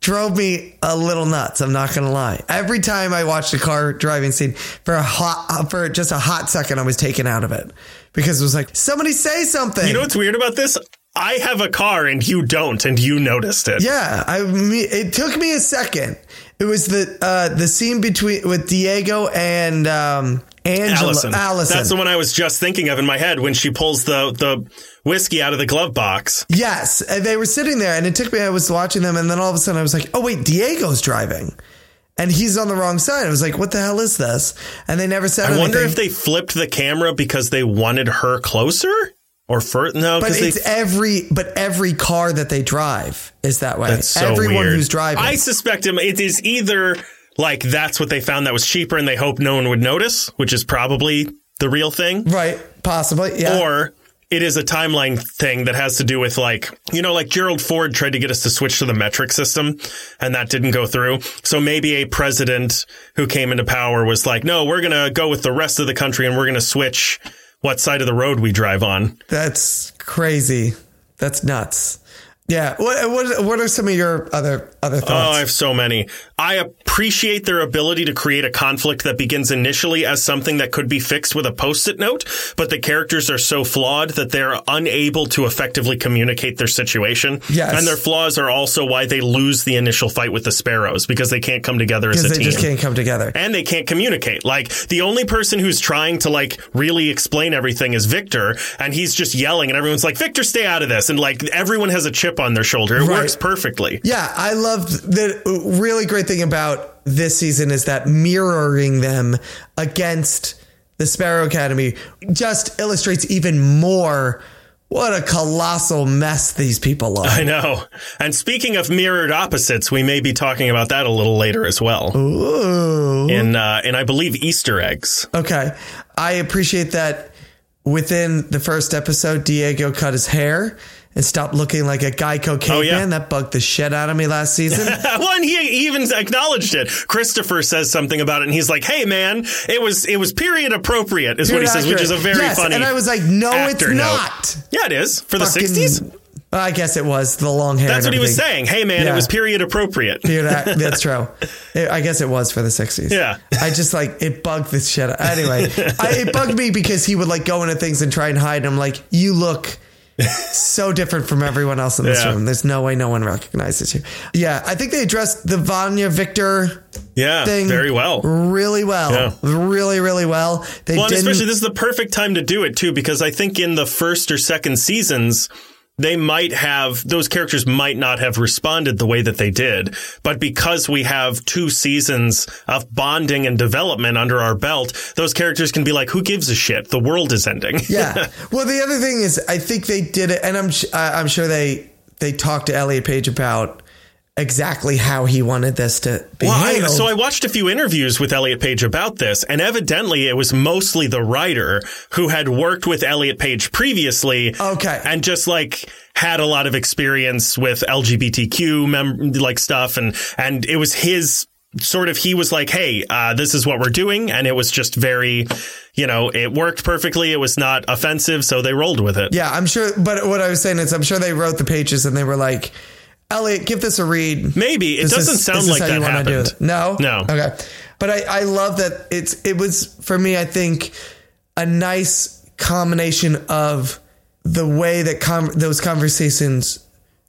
Speaker 2: drove me a little nuts. I'm not gonna lie. Every time I watched a car driving scene for a hot uh, for just a hot second, I was taken out of it because it was like somebody say something.
Speaker 1: You know what's weird about this? I have a car and you don't, and you noticed it.
Speaker 2: yeah, I me- it took me a second. It was the uh, the scene between with Diego and um, Angela
Speaker 1: Allison.
Speaker 2: Allison.
Speaker 1: That's the one I was just thinking of in my head when she pulls the, the whiskey out of the glove box.
Speaker 2: Yes, and they were sitting there, and it took me. I was watching them, and then all of a sudden, I was like, "Oh wait, Diego's driving, and he's on the wrong side." I was like, "What the hell is this?" And they never said
Speaker 1: I
Speaker 2: anything.
Speaker 1: wonder if they flipped the camera because they wanted her closer or fur. No,
Speaker 2: But
Speaker 1: because they.
Speaker 2: it's every but every car that they drive is that way.
Speaker 1: That's so
Speaker 2: Everyone
Speaker 1: weird.
Speaker 2: who's driving.
Speaker 1: I suspect him. It is either like that's what they found that was cheaper, and they hope no one would notice, which is probably the real thing,
Speaker 2: right, possibly. Yeah.
Speaker 1: or. It is a timeline thing that has to do with like, you know, like Gerald Ford tried to get us to switch to the metric system and that didn't go through. So maybe a president who came into power was like, no, we're going to go with the rest of the country and we're going to switch what side of the road we drive on.
Speaker 2: That's crazy. That's nuts. Yeah. What what what are some of your other other
Speaker 1: Oh,
Speaker 2: thoughts?
Speaker 1: I have so many. I appreciate their ability to create a conflict that begins initially as something that could be fixed with a post-it note, but the characters are so flawed that they're unable to effectively communicate their situation.
Speaker 2: Yes.
Speaker 1: And their flaws are also why they lose the initial fight with the sparrows because they can't come together as a
Speaker 2: Because they
Speaker 1: team
Speaker 2: just can't come together.
Speaker 1: and they can't communicate. Like the only person who's trying to like really explain everything is Victor, and he's just yelling, and everyone's like, "Victor, stay out of this!" And like everyone has a chip on their shoulder. It
Speaker 2: Right.
Speaker 1: works perfectly.
Speaker 2: Yeah, I loved the really great thing about this season is that mirroring them against the Sparrow Academy just illustrates even more what a colossal mess these people are.
Speaker 1: I know. And speaking of mirrored opposites, we may be talking about that a little later as well.
Speaker 2: Ooh.
Speaker 1: In uh, in I believe Easter eggs.
Speaker 2: Okay. I appreciate that within the first episode, Diego cut his hair and stopped looking like a Geico caveman.
Speaker 1: Oh, yeah.
Speaker 2: That bugged the shit out of me last season.
Speaker 1: One he even acknowledged it. Christopher says something about it, and he's like, "Hey man, it was it was period appropriate," is what he says, which is a very
Speaker 2: Yes,
Speaker 1: funny.
Speaker 2: And I was like, no, it's
Speaker 1: after note.
Speaker 2: not.
Speaker 1: yeah, it is for the
Speaker 2: Fucking-
Speaker 1: sixties.
Speaker 2: I guess it was the long hair.
Speaker 1: That's
Speaker 2: and
Speaker 1: what he was
Speaker 2: everything.
Speaker 1: saying. Hey, man,
Speaker 2: Yeah.
Speaker 1: it was period appropriate.
Speaker 2: Dude, I- that's true. It- I guess it was for the 60s.
Speaker 1: Yeah.
Speaker 2: I just like, it bugged this shit. Anyway, I, it bugged me because he would like go into things and try and hide. And I'm like, you look so different from everyone else in this
Speaker 1: Yeah.
Speaker 2: room. There's no way no one recognizes you. Yeah. I think they addressed the Vanya Victor
Speaker 1: Yeah,
Speaker 2: thing
Speaker 1: Ah, very well.
Speaker 2: Really well. Really, really well. They
Speaker 1: Well, and
Speaker 2: didn't.
Speaker 1: especially this is the perfect time to do it too, because I think in the first or second seasons, they might have those characters might not have responded the way that they did, but because we have two seasons of bonding and development under our belt, those characters can be like, "Who gives a shit? The world is ending."
Speaker 2: yeah. Well, the other thing is, I think they did it, and I'm sh- I- I'm sure they they talked to Elliot Page about exactly how he wanted this to be
Speaker 1: Well, I,
Speaker 2: handled.
Speaker 1: so I watched a few interviews with Elliot Page about this, and evidently it was mostly the writer who had worked with Elliot Page previously.
Speaker 2: Okay.
Speaker 1: And just like had a lot of experience with LGBTQ mem- like stuff, and and it was his sort of he was like, hey, uh, this is what we're doing, and it was just very, you know, it worked perfectly. It was not offensive, so they rolled with it.
Speaker 2: yeah, I'm sure. But what I was saying is, I'm sure they wrote the pages and they were like, Elliot, give this a read.
Speaker 1: Maybe it
Speaker 2: This
Speaker 1: doesn't
Speaker 2: is- this
Speaker 1: sound
Speaker 2: is
Speaker 1: like
Speaker 2: how
Speaker 1: that
Speaker 2: you wanna
Speaker 1: happened.
Speaker 2: Do it. No,
Speaker 1: No.
Speaker 2: Okay, but I I love that it's it was for me. I think a nice combination of the way that com- those conversations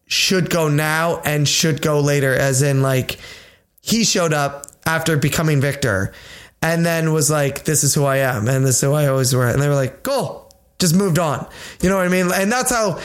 Speaker 2: should go now and should go later, as in like he showed up after becoming Victor, and then was like, "This is who I am, and this is who I always were," and they were like, "Cool." Just moved on. You know what I mean? And that's how,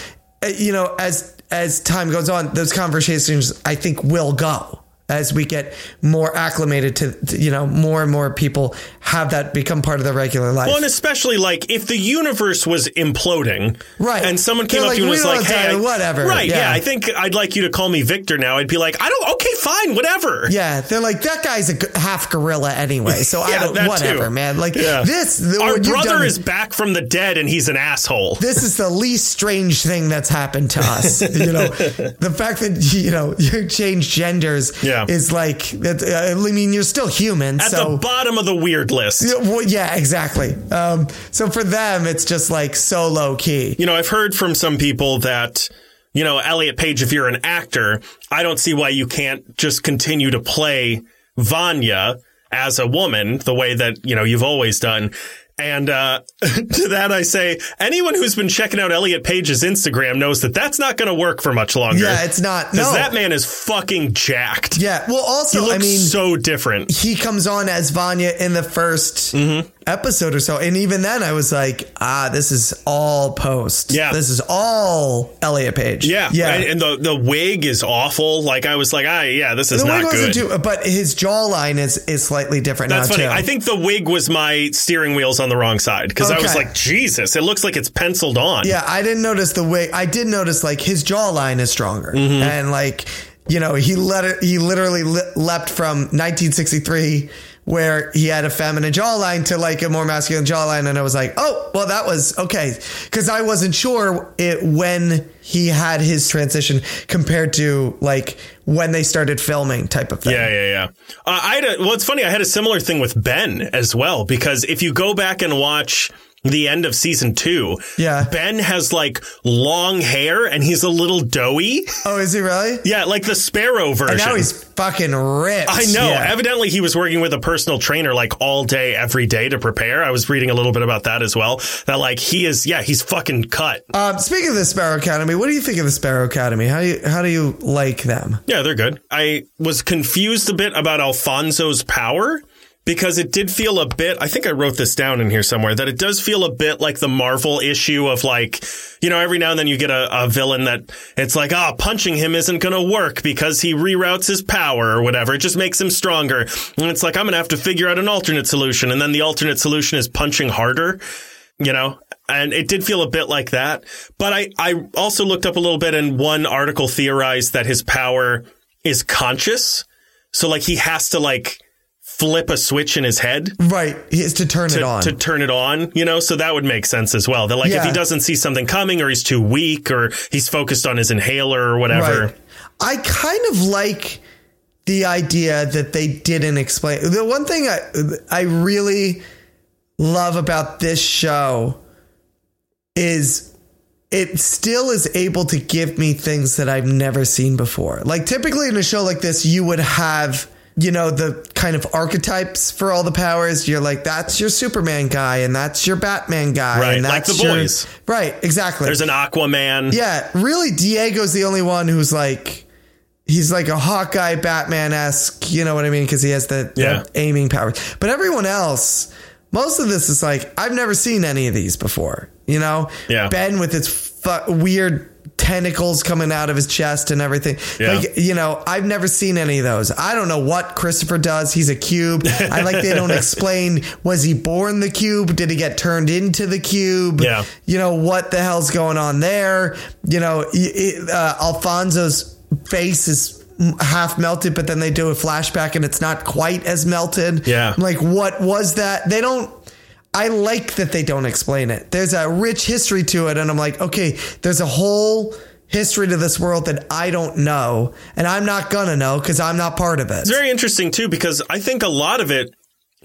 Speaker 2: uh, you know, as as time goes on, those conversations I think will go as we get more acclimated to, to, you know, more and more people have that become part of their regular life.
Speaker 1: Well, and especially like if the universe was imploding,
Speaker 2: Right.
Speaker 1: And someone came
Speaker 2: They're
Speaker 1: up
Speaker 2: like,
Speaker 1: to you and
Speaker 2: "We
Speaker 1: was
Speaker 2: don't
Speaker 1: like,
Speaker 2: have
Speaker 1: "Hey,
Speaker 2: time,
Speaker 1: I-
Speaker 2: whatever."
Speaker 1: Right? Yeah.
Speaker 2: Yeah.
Speaker 1: I think I'd like you to call me Victor now. I'd be like, I don't. Okay, fine, whatever.
Speaker 2: yeah, they're like that guy's a g- half gorilla anyway, so I
Speaker 1: Yeah, that
Speaker 2: don't
Speaker 1: too.
Speaker 2: whatever, man. Like
Speaker 1: Yeah.
Speaker 2: this, the,
Speaker 1: Our
Speaker 2: what you've
Speaker 1: brother
Speaker 2: done-
Speaker 1: is back from the dead, and he's an asshole.
Speaker 2: this is the least strange thing that's happened to us. you know, the fact that you know you change genders
Speaker 1: Yeah.
Speaker 2: is like that. uh, I mean, you're still human,
Speaker 1: At
Speaker 2: so
Speaker 1: the bottom of the weird list.
Speaker 2: Yeah, well, yeah, exactly. Um, so for them, it's just like so low key.
Speaker 1: You know, I've heard from some people that. You know, Elliot Page, if you're an actor, I don't see why you can't just continue to play Vanya as a woman the way that, you know, you've always done. And uh, to that, I say anyone who's been checking out Elliot Page's Instagram knows that that's not going to work for much longer.
Speaker 2: Yeah, it's not. No.
Speaker 1: Because that man is fucking jacked.
Speaker 2: yeah. Well,
Speaker 1: He
Speaker 2: also,
Speaker 1: looks
Speaker 2: I mean,
Speaker 1: so different.
Speaker 2: he comes on as Vanya in the 1st
Speaker 1: Mm-hmm.
Speaker 2: episode or so, and even then, I was like, ah, this is all post.
Speaker 1: Yeah.
Speaker 2: This is all Elliot Page.
Speaker 1: Yeah,
Speaker 2: Yeah.
Speaker 1: And, and the the wig is awful. Like I was like, ah, yeah, this is
Speaker 2: the
Speaker 1: not
Speaker 2: wig
Speaker 1: good.
Speaker 2: wasn't too, but his jawline is is slightly different
Speaker 1: That's
Speaker 2: now
Speaker 1: funny.
Speaker 2: too.
Speaker 1: I think the wig was my steering wheels on the wrong side because I was
Speaker 2: Okay.
Speaker 1: like, Jesus, it looks like it's penciled on.
Speaker 2: Yeah, I didn't notice the wig. I did notice like his jawline is stronger,
Speaker 1: Mm-hmm.
Speaker 2: and like you know he let it, he literally le- leapt from 1963 where he had a feminine jawline to like a more masculine jawline, and I was like, oh, well that was okay because I wasn't sure it when he had his transition compared to like when they started filming type of thing.
Speaker 1: Yeah, yeah, yeah. Uh, I had a, well, it's funny. I had a similar thing with Ben as well because if you go back and watch the end of season two,
Speaker 2: Yeah.
Speaker 1: Ben has like long hair and he's a little doughy.
Speaker 2: Oh, is he really?
Speaker 1: Yeah, like the Sparrow version.
Speaker 2: Now he's fucking ripped.
Speaker 1: I know.
Speaker 2: Yeah.
Speaker 1: Evidently, he was working with a personal trainer like all day, every day to prepare. I was reading a little bit about that as well. That like he is, yeah, he's fucking cut.
Speaker 2: Um, speaking of the Sparrow Academy, what do you think of the Sparrow Academy? How do you how do you like them?
Speaker 1: Yeah, they're good. I was confused a bit about Alfonso's power because it did feel a bit. I think I wrote this down in here somewhere that it does feel a bit like the Marvel issue of like, you know, every now and then you get a, a villain that it's like, ah, punching him isn't going to work because he reroutes his power or whatever. It just makes him stronger. And it's like, I'm going to have to figure out an alternate solution. And then the alternate solution is punching harder you know and it did feel a bit like that but i i also looked up a little bit and one article theorized that his power is conscious so like he has to like flip a switch in his head
Speaker 2: Right, is to turn it on.
Speaker 1: to turn it on you know so that would make sense as well that like if
Speaker 2: Yeah.
Speaker 1: he doesn't see something coming or he's too weak or he's focused on his inhaler or whatever
Speaker 2: right. I kind of like the idea that they didn't explain. The one thing I I really love about this show is it still is able to give me things that I've never seen before. Like typically in a show like this, you would have you know the kind of archetypes for all the powers. You're like that's your Superman guy, and that's your Batman guy,
Speaker 1: Right,
Speaker 2: and
Speaker 1: like
Speaker 2: that's
Speaker 1: the
Speaker 2: your-
Speaker 1: boys.
Speaker 2: right, exactly.
Speaker 1: There's an Aquaman.
Speaker 2: yeah, really, Diego's the only one who's like. He's like a Hawkeye Batman esque, you know what I mean? Because he has the, the
Speaker 1: Yeah.
Speaker 2: aiming powers. But everyone else, most of this is like, I've never seen any of these before, you know?
Speaker 1: Yeah.
Speaker 2: Ben with its fu- weird tentacles coming out of his chest and everything.
Speaker 1: Yeah.
Speaker 2: Like, you know, I've never seen any of those. I don't know what Christopher does. He's a cube. I like they don't explain was he born the cube? Did he get turned into the cube?
Speaker 1: Yeah.
Speaker 2: You know, what the hell's going on there? You know, y- it, uh, Alfonso's face is m- half melted but then they do a flashback and it's not quite as melted
Speaker 1: Yeah.
Speaker 2: I'm like what was that they don't I like that they don't explain it. There's a rich history to it, and I'm like, okay, there's a whole history to this world that I don't know, and I'm not gonna know because I'm not part of it.
Speaker 1: It's very interesting too because I think a lot of it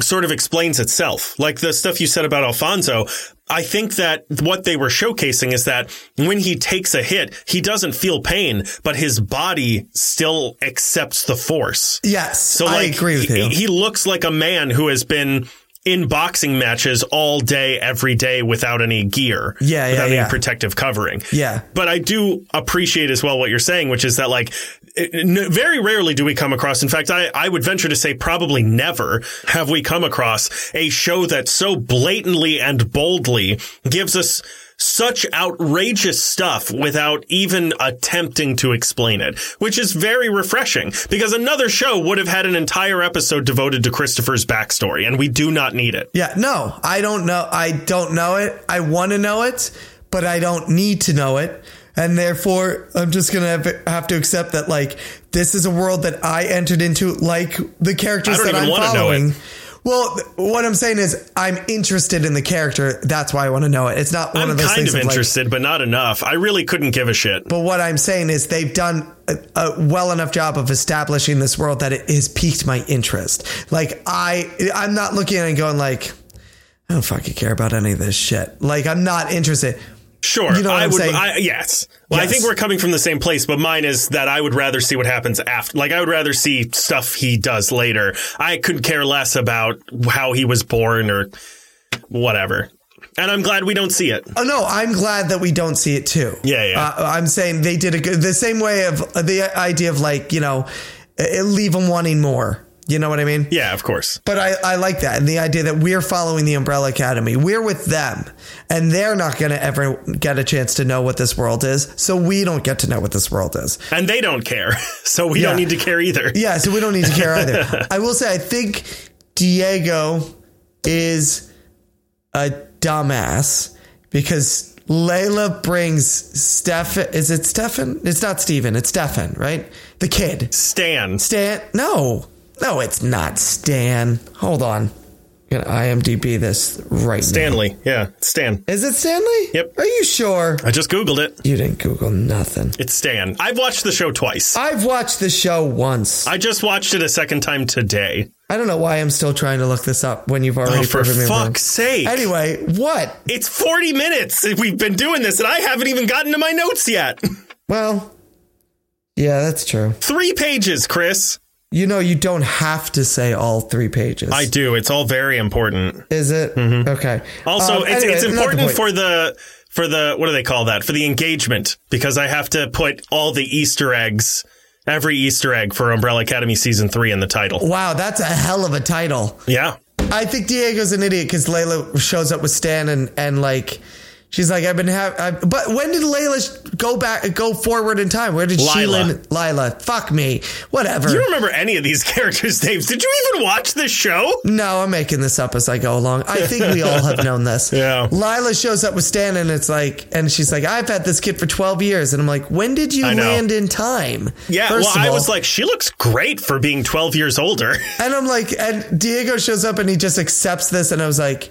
Speaker 1: sort of explains itself. Like the stuff you said about Alfonso, I think that what they were showcasing is that when he takes a hit, he doesn't feel pain, but his body still accepts the force.
Speaker 2: Yes, I agree with
Speaker 1: he,
Speaker 2: you.
Speaker 1: He looks like a man who has been in boxing matches all day, every day without any gear.
Speaker 2: Yeah, yeah,
Speaker 1: Without
Speaker 2: yeah.
Speaker 1: any protective covering.
Speaker 2: Yeah.
Speaker 1: But I do appreciate as well what you're saying, which is that like it- n- very rarely do we come across. In fact, I, I would venture to say probably never have we come across a show that so blatantly and boldly gives us such outrageous stuff without even attempting to explain it, which is very refreshing because another show would have had an entire episode devoted to Christopher's backstory and we do not need it.
Speaker 2: yeah, no, I don't know. I don't know it. I want to know it, but I don't need to know it, and therefore I'm just gonna have, have to accept that like this is a world that I entered into, like the characters
Speaker 1: I don't
Speaker 2: that
Speaker 1: even
Speaker 2: I'm
Speaker 1: wanna know it.
Speaker 2: following. Well, th- what I'm saying is, I'm interested in the character. That's why I want to know it. It's not one
Speaker 1: I'm
Speaker 2: of those
Speaker 1: kind of
Speaker 2: things like-
Speaker 1: interested, but not enough. I really couldn't give a shit.
Speaker 2: but what I'm saying is, they've done a, a well enough job of establishing this world that it has piqued my interest. Like I, I'm not looking at it and going like, I don't fucking care about any of this shit. Like I'm not interested.
Speaker 1: Sure,
Speaker 2: You know what
Speaker 1: I
Speaker 2: I'm
Speaker 1: would.
Speaker 2: saying?
Speaker 1: I, yes. Well, I
Speaker 2: Yes.
Speaker 1: think we're coming from the same place, but mine is that I would rather see what happens after. Like, I would rather see stuff he does later. I could care less about how he was born or whatever. And I'm glad we don't see it.
Speaker 2: Oh no, I'm glad that we don't see it too.
Speaker 1: Yeah, yeah.
Speaker 2: Uh, I'm saying they did a good. The same way of the idea of like you know, uh, leave them wanting more. You know what I mean?
Speaker 1: Yeah, of course.
Speaker 2: But I, I like that. And the idea that we're following the Umbrella Academy, we're with them, and they're not going to ever get a chance to know what this world is. So we don't get to know what this world is.
Speaker 1: And they don't care, so we don't
Speaker 2: Yeah.
Speaker 1: need to care either.
Speaker 2: Yeah, so we don't need to care either. I will say, I think Diego is a dumbass because Layla brings Stefan. Is it Stefan? It's not Steven, it's Stefan, right? The kid.
Speaker 1: Stan.
Speaker 2: Stan. No, no, it's not Stan. Hold on. I'm gonna IMDb this right now.
Speaker 1: Stanley. Yeah, Stan.
Speaker 2: Is it Stanley?
Speaker 1: Yep.
Speaker 2: Are you sure?
Speaker 1: I just Googled it.
Speaker 2: You didn't Google nothing.
Speaker 1: It's Stan. I've watched the show twice.
Speaker 2: I've watched the show once.
Speaker 1: I just watched it a second time today.
Speaker 2: I don't know why I'm still trying to look this up when you've already
Speaker 1: Oh, for
Speaker 2: proven me wrong.
Speaker 1: fuck's sake.
Speaker 2: Anyway, what?
Speaker 1: It's 40 minutes we've been doing this, and I haven't even gotten to my notes yet.
Speaker 2: Well, yeah, that's true.
Speaker 1: Three pages, Chris.
Speaker 2: You know, you don't have to say all three pages.
Speaker 1: I do. It's all very important.
Speaker 2: Is it okay?
Speaker 1: Also,
Speaker 2: Um,
Speaker 1: it's,
Speaker 2: anyway,
Speaker 1: it's
Speaker 2: not the
Speaker 1: important
Speaker 2: point.
Speaker 1: for the for the what do they call that? For the engagement because I have to put all the Easter eggs, every Easter egg for Umbrella Academy season three in the title.
Speaker 2: Wow, that's a hell of a title.
Speaker 1: Yeah,
Speaker 2: I think Diego's an idiot because Layla shows up with Stan and and like. She's like, I've been having, but when did Layla sh- go back, go forward in time? Where did she
Speaker 1: Lila.
Speaker 2: land? Lila, fuck me, whatever.
Speaker 1: do you remember any of these characters' names? Did you even watch this show?
Speaker 2: No, I'm making this up as I go along. I think we all have known this.
Speaker 1: Yeah.
Speaker 2: Lila shows up with Stan and it's like, and she's like, I've had this kid for 12 years. And I'm like, when did you
Speaker 1: I know.
Speaker 2: land in time?
Speaker 1: Yeah,
Speaker 2: First
Speaker 1: well,
Speaker 2: of
Speaker 1: I
Speaker 2: all.
Speaker 1: was like, she looks great for being twelve years older.
Speaker 2: and I'm like, and Diego shows up and he just accepts this. And I was like,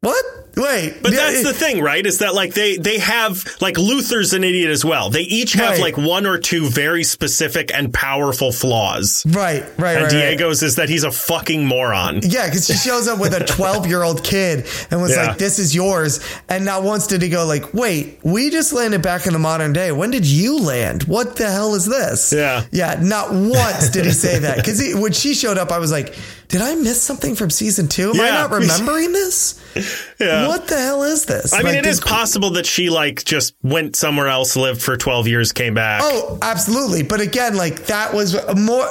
Speaker 2: what? Wait,
Speaker 1: But that's the thing, right? Is that like they they have like Luther's an idiot as well. They each have
Speaker 2: Right.
Speaker 1: like one or two very specific and powerful flaws.
Speaker 2: right, right,
Speaker 1: And
Speaker 2: right. right.
Speaker 1: Diego's is that he's a fucking moron.
Speaker 2: Yeah, because she shows up with a 12 year old kid and was
Speaker 1: Yeah.
Speaker 2: like, this is yours. And not once did he go like, wait, we just landed back in the modern day. When did you land? What the hell is this?
Speaker 1: Yeah.
Speaker 2: Yeah. Not once did he say that. Because when she showed up, I was like, did I miss something from season two? Am I
Speaker 1: Yeah.
Speaker 2: not remembering this?
Speaker 1: Yeah.
Speaker 2: What the hell is this?
Speaker 1: I mean,
Speaker 2: Like,
Speaker 1: it
Speaker 2: this-
Speaker 1: is possible that she like just went somewhere else, lived for twelve years, came back.
Speaker 2: Oh, absolutely. But again, like that was a more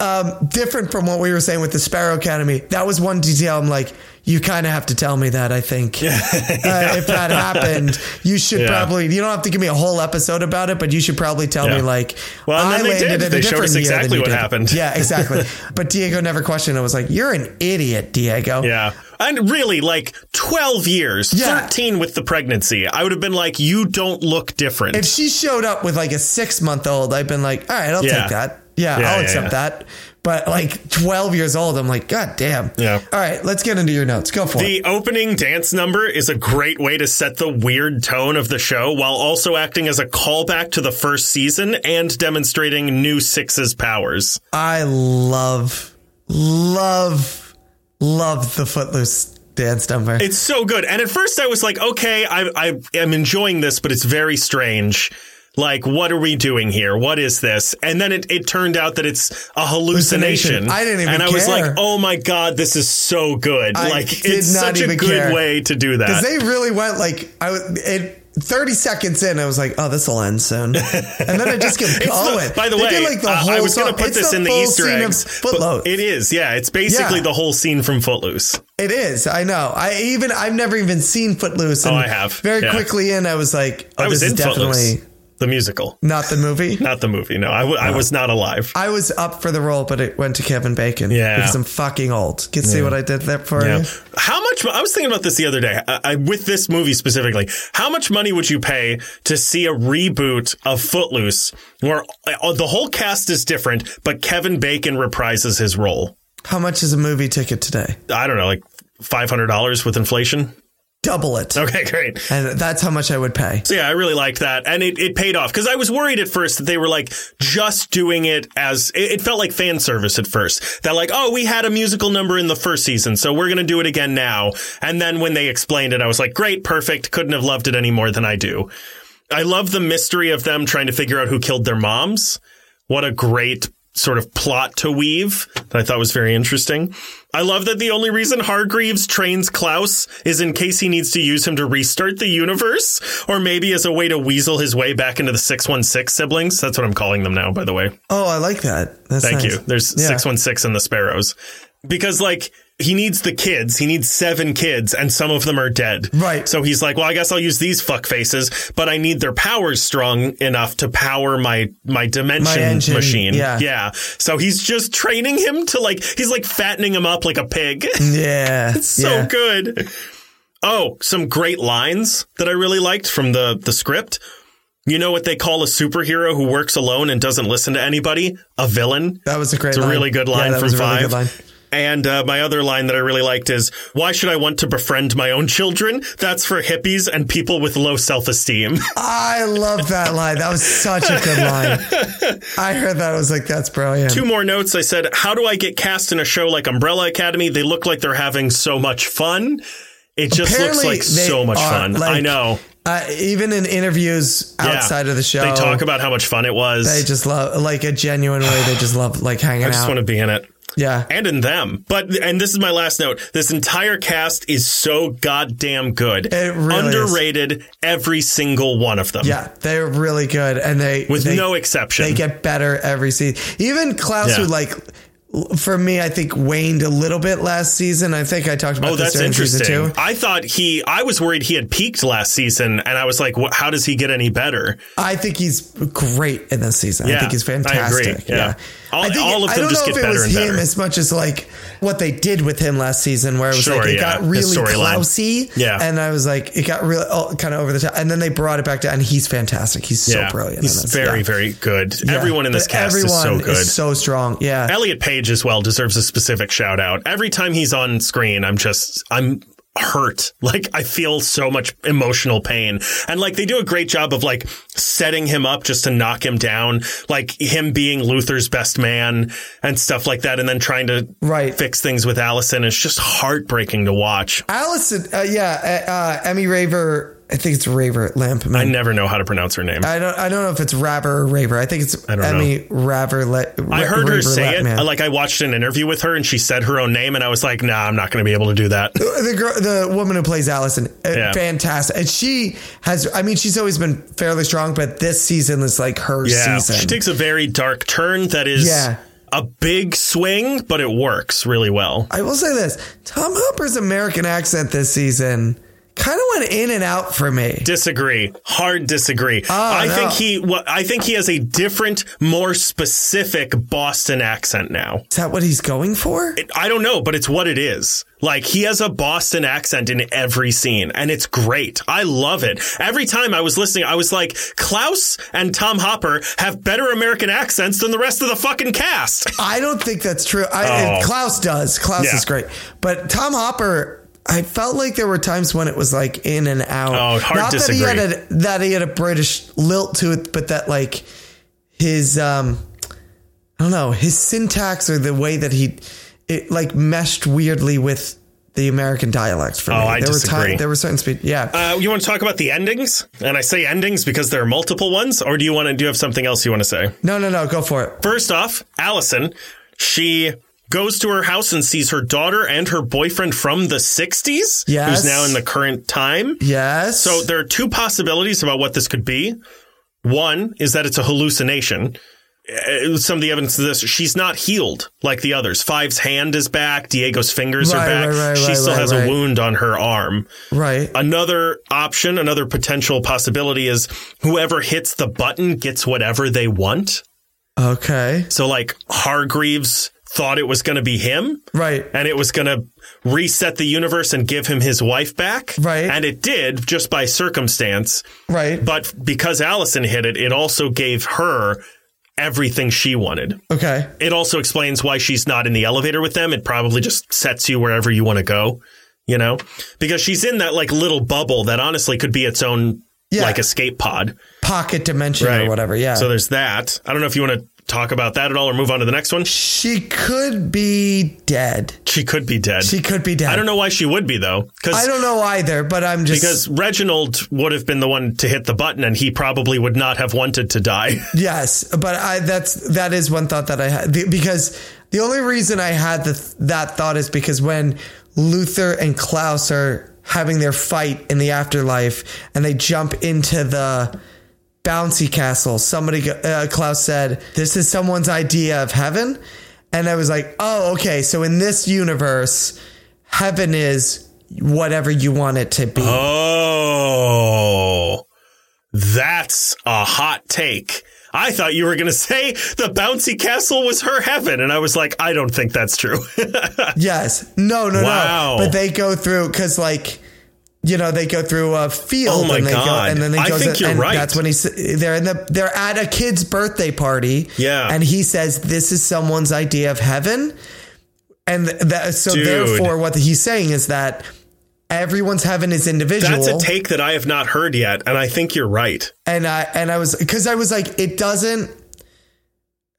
Speaker 2: um, different from what we were saying with the Sparrow Academy. That was one detail. I'm like, you kind of have to tell me that. I think uh, if that happened, you should
Speaker 1: Yeah.
Speaker 2: probably. You don't have to give me a whole episode about it, but you should probably tell me
Speaker 1: Yeah.
Speaker 2: like,
Speaker 1: Well, and then they did. They showed us
Speaker 2: year than
Speaker 1: exactly
Speaker 2: you
Speaker 1: what
Speaker 2: did.
Speaker 1: happened.
Speaker 2: Yeah, exactly. but Diego never questioned. it. I was like, you're an idiot, Diego.
Speaker 1: Yeah. And really, like 12 years,
Speaker 2: Yeah.
Speaker 1: 13 with the pregnancy, I would have been like, you don't look different.
Speaker 2: If she showed up with like a six month old, I've been like, all right, I'll
Speaker 1: Yeah.
Speaker 2: take that. Yeah,
Speaker 1: Yeah,
Speaker 2: I'll
Speaker 1: yeah,
Speaker 2: accept
Speaker 1: yeah.
Speaker 2: that. But like 12 years old, I'm like, God damn.
Speaker 1: Yeah.
Speaker 2: All right, let's get into your notes. Go for it.
Speaker 1: the opening dance number is a great way to set the weird tone of the show while also acting as a callback to the first season and demonstrating new Six's powers.
Speaker 2: I love, love, love the Footloose dance number.
Speaker 1: It's so good. And at first I was like, okay, I, I am enjoying this, but it's very strange. Like, what are we doing here? What is this? And then it, it turned out that it's a hallucination.
Speaker 2: Hallucination. I didn't even
Speaker 1: And I was
Speaker 2: care.
Speaker 1: like, oh my God, this is so good.
Speaker 2: I
Speaker 1: like,
Speaker 2: did
Speaker 1: it's
Speaker 2: not
Speaker 1: such a
Speaker 2: even
Speaker 1: good
Speaker 2: care.
Speaker 1: way to do that.
Speaker 2: they really went like, I w- it. 30 seconds in, I was like, oh, this will end soon. And then Oh, it just kept going.
Speaker 1: by the
Speaker 2: They
Speaker 1: way,
Speaker 2: did, like, the
Speaker 1: uh,
Speaker 2: whole
Speaker 1: I was going
Speaker 2: song.
Speaker 1: to put
Speaker 2: It's
Speaker 1: this in the
Speaker 2: full
Speaker 1: Easter
Speaker 2: scene of
Speaker 1: eggs. but
Speaker 2: Footloose.
Speaker 1: It is, yeah. It's basically
Speaker 2: Yeah.
Speaker 1: the whole scene from Footloose.
Speaker 2: It is. I know. I even I've never even seen Footloose. And
Speaker 1: Oh, I have.
Speaker 2: Very
Speaker 1: Yeah.
Speaker 2: quickly in, I was like, oh,
Speaker 1: I was
Speaker 2: this
Speaker 1: in
Speaker 2: is definitely
Speaker 1: Footloose, the musical,
Speaker 2: not the movie.
Speaker 1: not the movie. No, I, w- I was not alive.
Speaker 2: I was up for the role, but it went to Kevin Bacon.
Speaker 1: Yeah.
Speaker 2: because I'm fucking old. Can see what I did there for
Speaker 1: Yeah.
Speaker 2: you?
Speaker 1: How much? I was thinking about this the other day. I, I, with this movie specifically, how much money would you pay to see a reboot of Footloose, where uh, the whole cast is different, but Kevin Bacon reprises his role?
Speaker 2: How much is a movie ticket today?
Speaker 1: I don't know, like five hundred dollars with inflation.
Speaker 2: Double it,
Speaker 1: Okay, great.
Speaker 2: and that's how much I would pay.
Speaker 1: So yeah, I really liked that, and it, it paid off because I was worried at first that they were like just doing it as it, it felt like fan service at first. That like, oh, we had a musical number in the first season, so we're gonna do it again now. And then when they explained it, I was like, great, perfect. Couldn't have loved it any more than I do. I love the mystery of them trying to figure out who killed their moms. What a great sort of plot to weave that I thought was very interesting. I love that the only reason Hargreaves trains Klaus is in case he needs to use him to restart the universe, or maybe as a way to weasel his way back into the 616 siblings. That's what I'm calling them now, by the way.
Speaker 2: Oh, I like that. That's
Speaker 1: Thank
Speaker 2: nice.
Speaker 1: you. There's
Speaker 2: Yeah.
Speaker 1: 616 in the Sparrows. Because, like, he needs the kids. He needs seven kids, and some of them are dead.
Speaker 2: Right.
Speaker 1: So he's like, well, I guess I'll use these fuck faces, but I need their powers strong enough to power my my dimension
Speaker 2: My engine,
Speaker 1: machine.
Speaker 2: yeah.
Speaker 1: Yeah. So he's just training him to like he's like fattening him up like a pig.
Speaker 2: Yeah, it's
Speaker 1: so good. Oh, some great lines that I really liked from the the script. You know what they call a superhero who works alone and doesn't listen to anybody? A villain.
Speaker 2: That was a great.
Speaker 1: It's a
Speaker 2: line.
Speaker 1: really good line
Speaker 2: yeah, that
Speaker 1: from
Speaker 2: was a really
Speaker 1: Five.
Speaker 2: good line.
Speaker 1: And uh, my other line that I really liked is, "Why should I want to befriend my own children? That's for hippies and people with low self-esteem."
Speaker 2: I love that line. That was such a good line. I heard that. I was like, that's brilliant.
Speaker 1: Two more notes. I said, "How do I get cast in a show like Umbrella Academy? They look like they're having so much fun. It just looks
Speaker 2: Apparently,
Speaker 1: like
Speaker 2: they
Speaker 1: so much
Speaker 2: are,
Speaker 1: fun.
Speaker 2: like,
Speaker 1: I know.
Speaker 2: Uh, even in interviews
Speaker 1: Yeah.
Speaker 2: outside of the show,
Speaker 1: they talk about how much fun it was.
Speaker 2: They just love like a genuine way. They just love like hanging
Speaker 1: I just
Speaker 2: out.
Speaker 1: want to be in it."
Speaker 2: yeah,
Speaker 1: and in them. But and this is my last note. This entire cast is so goddamn good.
Speaker 2: It really is.
Speaker 1: Underrated every single one of them.
Speaker 2: yeah, they're really good, and they
Speaker 1: With
Speaker 2: they,
Speaker 1: no exception.
Speaker 2: they get better every season. Even Klaus,
Speaker 1: Yeah.
Speaker 2: who like l- for me, I think waned a little bit last season. I think I talked about
Speaker 1: Oh, that's
Speaker 2: this during season
Speaker 1: interesting.
Speaker 2: two.
Speaker 1: I thought he, I was worried he had peaked last season, and I was like, "Wh- how does he get any better?
Speaker 2: I think he's great in this season. I
Speaker 1: Yeah,
Speaker 2: think he's
Speaker 1: I agree.
Speaker 2: fantastic.
Speaker 1: Yeah.
Speaker 2: Yeah.
Speaker 1: All-
Speaker 2: I think
Speaker 1: all of
Speaker 2: I
Speaker 1: them
Speaker 2: don't
Speaker 1: just
Speaker 2: know
Speaker 1: get
Speaker 2: if it
Speaker 1: better
Speaker 2: was
Speaker 1: and
Speaker 2: him
Speaker 1: better.
Speaker 2: as much as like what they did with him last season, where it was
Speaker 1: Sure,
Speaker 2: like it
Speaker 1: yeah,
Speaker 2: got
Speaker 1: his
Speaker 2: really
Speaker 1: storyline.
Speaker 2: clousey.
Speaker 1: Yeah.
Speaker 2: And I was like, it got really oh, kind of over the top. And then they brought it back down, and he's fantastic. He's so
Speaker 1: Yeah.
Speaker 2: brilliant.
Speaker 1: He's
Speaker 2: in this.
Speaker 1: very,
Speaker 2: Yeah.
Speaker 1: very good.
Speaker 2: Yeah.
Speaker 1: Everyone in this
Speaker 2: But
Speaker 1: cast is so
Speaker 2: everyone
Speaker 1: good.
Speaker 2: so strong. Yeah.
Speaker 1: Elliot Page as well deserves a specific shout out. Every time he's on screen, I'm just I'm hurt. Like I feel so much emotional pain. And like they do a great job of like setting him up just to knock him down, like him being Luther's best man and stuff like that. And then trying to
Speaker 2: Right.
Speaker 1: fix things with Allison. It's just heartbreaking to watch.
Speaker 2: Allison, uh, yeah, uh, uh, Emmy Raver. I think it's Raver Lampman.
Speaker 1: I never know how to pronounce her name.
Speaker 2: I don't. I don't know if it's Raver or Raver. I think it's
Speaker 1: don't
Speaker 2: Emmy Raver. Let
Speaker 1: I heard her say it. Like I watched an interview with her and she said her own name and I was like, nah, I'm not going to be able to do that.
Speaker 2: the girl, the woman who plays Allison, uh,
Speaker 1: Yeah.
Speaker 2: fantastic, and she has. I mean, she's always been fairly strong, but this season is like her
Speaker 1: Yeah.
Speaker 2: season.
Speaker 1: She takes a very dark turn that is
Speaker 2: Yeah.
Speaker 1: a big swing, but it works really well.
Speaker 2: I will say this: Tom Hopper's American accent this season kind of went in and out for me.
Speaker 1: Disagree. Hard disagree.
Speaker 2: Oh,
Speaker 1: I
Speaker 2: no.
Speaker 1: think he wha- I think he has a different, more specific Boston accent now.
Speaker 2: Is that what he's going for?
Speaker 1: I don't know, but it's what it is. Like he has a Boston accent in every scene and it's great. I love it. Every time I was listening, I was like, Klaus and Tom Hopper have better American accents than the rest of the fucking cast.
Speaker 2: I don't think that's true. I,
Speaker 1: Oh.
Speaker 2: Klaus does. Klaus
Speaker 1: Yeah.
Speaker 2: is great, but Tom Hopper. I felt like there were times when it was like in and out.
Speaker 1: Oh, hard
Speaker 2: Not that he
Speaker 1: disagree.
Speaker 2: had a, that he had a British lilt to it, but that like his um, I don't know, his syntax or the way that he it like meshed weirdly with the American dialect for me.
Speaker 1: Oh, I
Speaker 2: there were
Speaker 1: disagree.
Speaker 2: time, there were certain speed. Yeah.
Speaker 1: Uh, you want to talk about the endings? And I say endings because there are multiple ones, or do you want to do you have something else you want to say?
Speaker 2: no, no, no. Go for it.
Speaker 1: First off, Allison, she goes to her house and sees her daughter and her boyfriend from the 60s,
Speaker 2: Yes.
Speaker 1: who's now in the current time.
Speaker 2: Yes.
Speaker 1: So there are two possibilities about what this could be. One is that it's a hallucination. Uh, Some of the evidence of this, she's not healed like the others. Five's hand is back. Diego's fingers
Speaker 2: Right,
Speaker 1: are back.
Speaker 2: right, right,
Speaker 1: she
Speaker 2: right,
Speaker 1: still
Speaker 2: right,
Speaker 1: has
Speaker 2: right.
Speaker 1: a wound on her arm.
Speaker 2: right.
Speaker 1: uh, Another option, another potential possibility is whoever hits the button gets whatever they want.
Speaker 2: Okay.
Speaker 1: So, like, Hargreaves thought it was going to be him
Speaker 2: Right.
Speaker 1: and it was going to reset the universe and give him his wife back.
Speaker 2: Right.
Speaker 1: And it did just by circumstance.
Speaker 2: Right.
Speaker 1: But because Allison hit it, it also gave her everything she wanted.
Speaker 2: Okay.
Speaker 1: It also explains why she's not in the elevator with them. It probably just sets you wherever you want to go, you know? Because she's in that like little bubble that honestly could be its own
Speaker 2: Yeah.
Speaker 1: like escape pod.
Speaker 2: Pocket dimension or whatever. Yeah.
Speaker 1: So there's that. I don't know if you want to talk about that at all or move on to the next one.
Speaker 2: She could be dead.
Speaker 1: She could be dead.
Speaker 2: She could be dead.
Speaker 1: I don't know why she would be though.
Speaker 2: I
Speaker 1: Cuz
Speaker 2: don't know either, but I'm just
Speaker 1: because Reginald would have been the one to hit the button and he probably would not have wanted to die.
Speaker 2: yes. But I that's that is one thought that I had the, because the only reason I had the, that thought is because when Luther and Klaus are having their fight in the afterlife and they jump into the bouncy castle, somebody go- uh, Klaus said this is someone's idea of heaven, and I was like, oh okay, so in this universe, heaven is whatever you want it to be.
Speaker 1: Oh, that's a hot take. I thought you were going to say the bouncy castle was her heaven. And I was like, I don't think that's true.
Speaker 2: Yes. No, no,
Speaker 1: Wow.
Speaker 2: no. But they go through because like you know they go through a field
Speaker 1: Oh my
Speaker 2: and they
Speaker 1: God.
Speaker 2: go and then they
Speaker 1: I
Speaker 2: go
Speaker 1: think you're
Speaker 2: and
Speaker 1: right.
Speaker 2: that's when he's they're in the they're at a kid's birthday party.
Speaker 1: Yeah.
Speaker 2: And he says this is someone's idea of heaven. And that, so
Speaker 1: Dude.
Speaker 2: therefore what he's saying is that everyone's heaven is individual.
Speaker 1: that's a take that I have not heard yet. And I think you're right.
Speaker 2: and I and I was because I was like, it doesn't.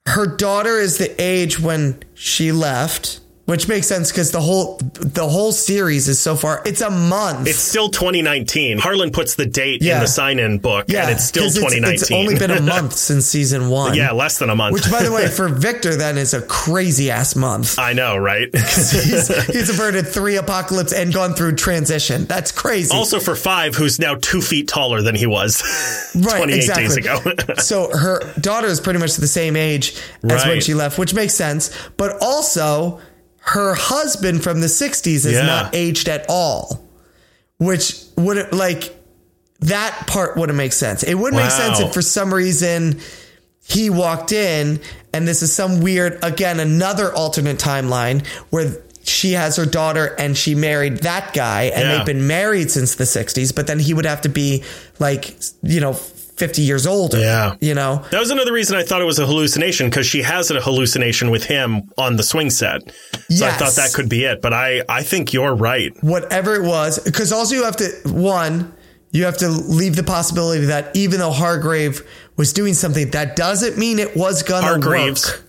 Speaker 2: Her daughter is the age when she left, which makes sense because the whole the whole series is so far. It's a month.
Speaker 1: It's still 2019. Harlan puts the date
Speaker 2: Yeah.
Speaker 1: in the sign in book and it's still
Speaker 2: 'cause
Speaker 1: 2019.
Speaker 2: It's only been a month since season one.
Speaker 1: yeah, less than a month.
Speaker 2: Which, by the way, for Victor, then is a crazy ass month.
Speaker 1: I know, right?
Speaker 2: He's, he's averted three apocalypse and gone through transition. That's crazy.
Speaker 1: also for Five, who's now two feet taller than he was 28 days ago.
Speaker 2: so her daughter is pretty much the same age as when
Speaker 1: Right.
Speaker 2: she left, which makes sense. But also, her husband from the 60s is
Speaker 1: Yeah.
Speaker 2: not aged at all, which would like that part wouldn't make sense. It would make
Speaker 1: Wow.
Speaker 2: sense if for some reason he walked in and this is some weird, again, another alternate timeline where. She has her daughter and she married that guy and
Speaker 1: Yeah.
Speaker 2: they've been married since the 60s, but then he would have to be like, you know, 50 years older.
Speaker 1: Yeah.
Speaker 2: You know?
Speaker 1: That was another reason I thought it was a hallucination because she has a hallucination with him on the swing set. So I
Speaker 2: Yes.
Speaker 1: thought that could be it. But I, I think you're right.
Speaker 2: whatever it was, because also you have to one, you have to leave the possibility that even though Hargrave was doing something, that doesn't mean it was gonna
Speaker 1: Hargreaves.
Speaker 2: work.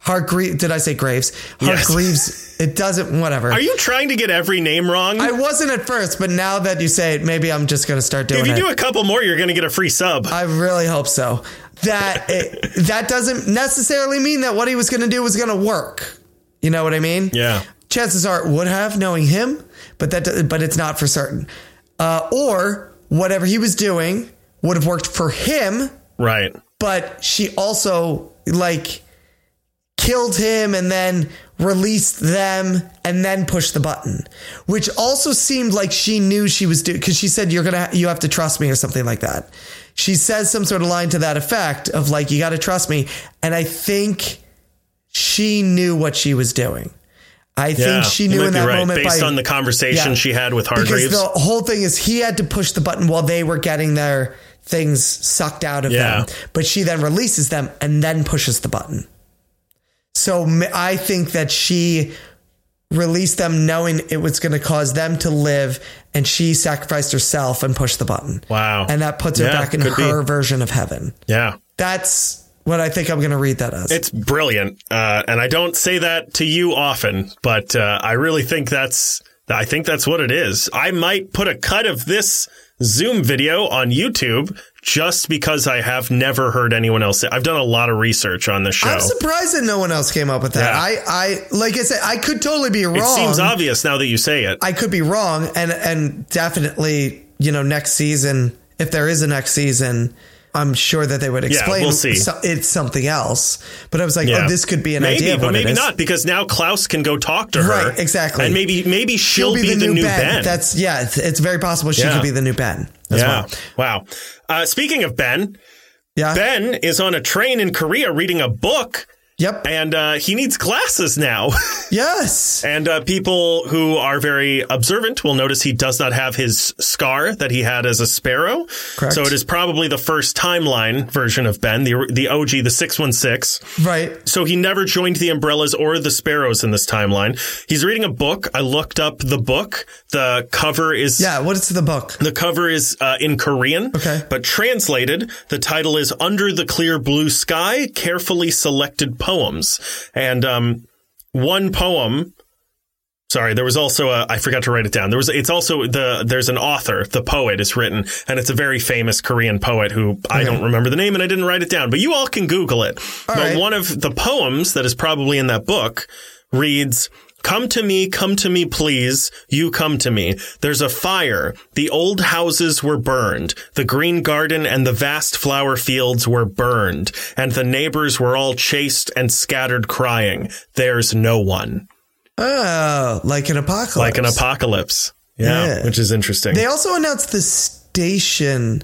Speaker 2: Hargreaves, did I say Graves?
Speaker 1: Yes.
Speaker 2: Hargreaves, it doesn't. Whatever.
Speaker 1: Are you trying to get every name wrong?
Speaker 2: I wasn't at first, but now that you say it, maybe I'm just gonna start doing
Speaker 1: if you
Speaker 2: it.
Speaker 1: do a couple more, you're going to get a free sub.
Speaker 2: I really hope so. That it, that doesn't necessarily mean that what he was gonna do was gonna work. You know what I mean?
Speaker 1: yeah.
Speaker 2: chances are it would have knowing him, but that but it's not for certain. Uh, or whatever he was doing would have worked for him,
Speaker 1: Right.
Speaker 2: but she also like killed him and then released them and then pushed the button, which also seemed like she knew she was doing because she said you're gonna you have to trust me or something like that. She says some sort of line to that effect of like you got to trust me, and I think she knew what she was doing. I
Speaker 1: Yeah.
Speaker 2: think she
Speaker 1: You
Speaker 2: knew
Speaker 1: might
Speaker 2: in
Speaker 1: be
Speaker 2: that
Speaker 1: right.
Speaker 2: moment
Speaker 1: Based
Speaker 2: by,
Speaker 1: on the conversation
Speaker 2: Yeah.
Speaker 1: she had with
Speaker 2: because
Speaker 1: Hargreaves.
Speaker 2: the whole thing is he had to push the button while they were getting their things sucked out of
Speaker 1: Yeah.
Speaker 2: them. But she then releases them and then pushes the button. So m- I think that she released them knowing it was going to cause them to live, and she sacrificed herself and pushed the button.
Speaker 1: wow.
Speaker 2: And that puts her
Speaker 1: Yeah,
Speaker 2: back in
Speaker 1: could be.
Speaker 2: her version of heaven.
Speaker 1: Yeah.
Speaker 2: That's what I think I'm going to read that as.
Speaker 1: It's brilliant, uh, and I don't say that to you often, but uh, I really think that's I think that's what it is. I might put a cut of this Zoom video on YouTube just because I have never heard anyone else. Say, I've done a lot of research on this show.
Speaker 2: I'm surprised that no one else came up with that.
Speaker 1: Yeah.
Speaker 2: I, I, like I said, I could totally be wrong.
Speaker 1: it seems obvious now that you say it.
Speaker 2: I could be wrong, and and definitely, you know, next season, if there is a next season, I'm sure that they would explain
Speaker 1: we'll see.
Speaker 2: so- it's something else. But I was like,
Speaker 1: Yeah.
Speaker 2: oh, this could be an
Speaker 1: maybe,
Speaker 2: idea of
Speaker 1: but
Speaker 2: what
Speaker 1: maybe
Speaker 2: it is.
Speaker 1: not because now Klaus can go talk to her.
Speaker 2: Right, exactly.
Speaker 1: And maybe maybe she'll, be, the, new Ben.
Speaker 2: That's yeah. It's, it's very possible she
Speaker 1: Yeah.
Speaker 2: could be the new Ben as
Speaker 1: yeah. Wow.
Speaker 2: well.
Speaker 1: Uh, speaking of Ben,
Speaker 2: Yeah.
Speaker 1: Ben is on a train in Korea reading a book.
Speaker 2: Yep.
Speaker 1: and uh, he needs glasses now.
Speaker 2: Yes.
Speaker 1: and uh, people who are very observant will notice he does not have his scar that he had as a sparrow.
Speaker 2: Correct.
Speaker 1: So it is probably the first timeline version of Ben, the the OG, the six one six.
Speaker 2: Right.
Speaker 1: So he never joined the umbrellas or the sparrows in this timeline. He's reading a book. I looked up the book. The cover is
Speaker 2: Yeah. What is the book?
Speaker 1: the cover is uh, in Korean,
Speaker 2: Okay.
Speaker 1: but translated, the title is Under the Clear Blue Sky Carefully Selected Poems. And um, one poem. Sorry, there was also a, I forgot to write it down. There was, it's also the, there's an author, the poet is written, and it's a very famous Korean poet who I don't remember the name and I didn't write it down, but you all can Google it. but
Speaker 2: right.
Speaker 1: one of the poems that is probably in that book reads, Come to me, come to me, please. You come to me. There's a fire. The old houses were burned. The green garden and the vast flower fields were burned. And the neighbors were all chased and scattered crying. There's no one.
Speaker 2: Oh, like an apocalypse.
Speaker 1: Like an apocalypse. Yeah.
Speaker 2: Yeah.
Speaker 1: Which is interesting.
Speaker 2: They also announced the station,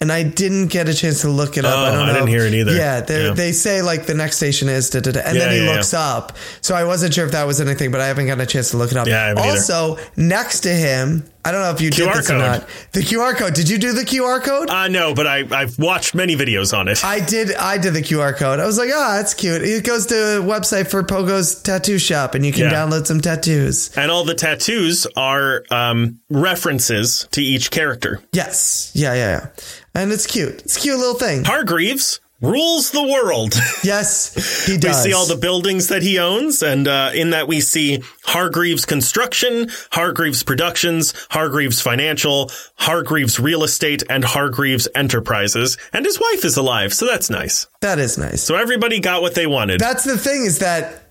Speaker 2: and I didn't get a chance to look it up.
Speaker 1: Oh,
Speaker 2: I don't
Speaker 1: I
Speaker 2: know.
Speaker 1: didn't hear it either.
Speaker 2: Yeah, they
Speaker 1: Yeah.
Speaker 2: they say like the next station is, da, da, da, and
Speaker 1: Yeah,
Speaker 2: then he
Speaker 1: yeah,
Speaker 2: looks up. So I wasn't sure if that was anything, but I haven't gotten a chance to look it up.
Speaker 1: Yeah, I haven't either.
Speaker 2: also, next to him, I don't know if you did
Speaker 1: QR
Speaker 2: this or
Speaker 1: code.
Speaker 2: not. The QR code. Did you do the QR code?
Speaker 1: uh, no, but I, I've watched many videos on it.
Speaker 2: I did. I did the QR code. I was like, ah, that's cute. It goes to a website for Pogo's tattoo shop, and you can
Speaker 1: Yeah.
Speaker 2: download some tattoos.
Speaker 1: and all the tattoos are um, references to each character.
Speaker 2: Yes. Yeah. Yeah. Yeah. And it's cute. It's a cute little thing.
Speaker 1: Hargreaves rules the world.
Speaker 2: Yes, he
Speaker 1: We
Speaker 2: does.
Speaker 1: see all the buildings that he owns, and uh, in that we see Hargreaves Construction, Hargreaves Productions, Hargreaves Financial, Hargreaves Real Estate, and Hargreaves Enterprises. And his wife is alive, so that's nice.
Speaker 2: That is nice.
Speaker 1: So everybody got what they wanted.
Speaker 2: That's the thing is that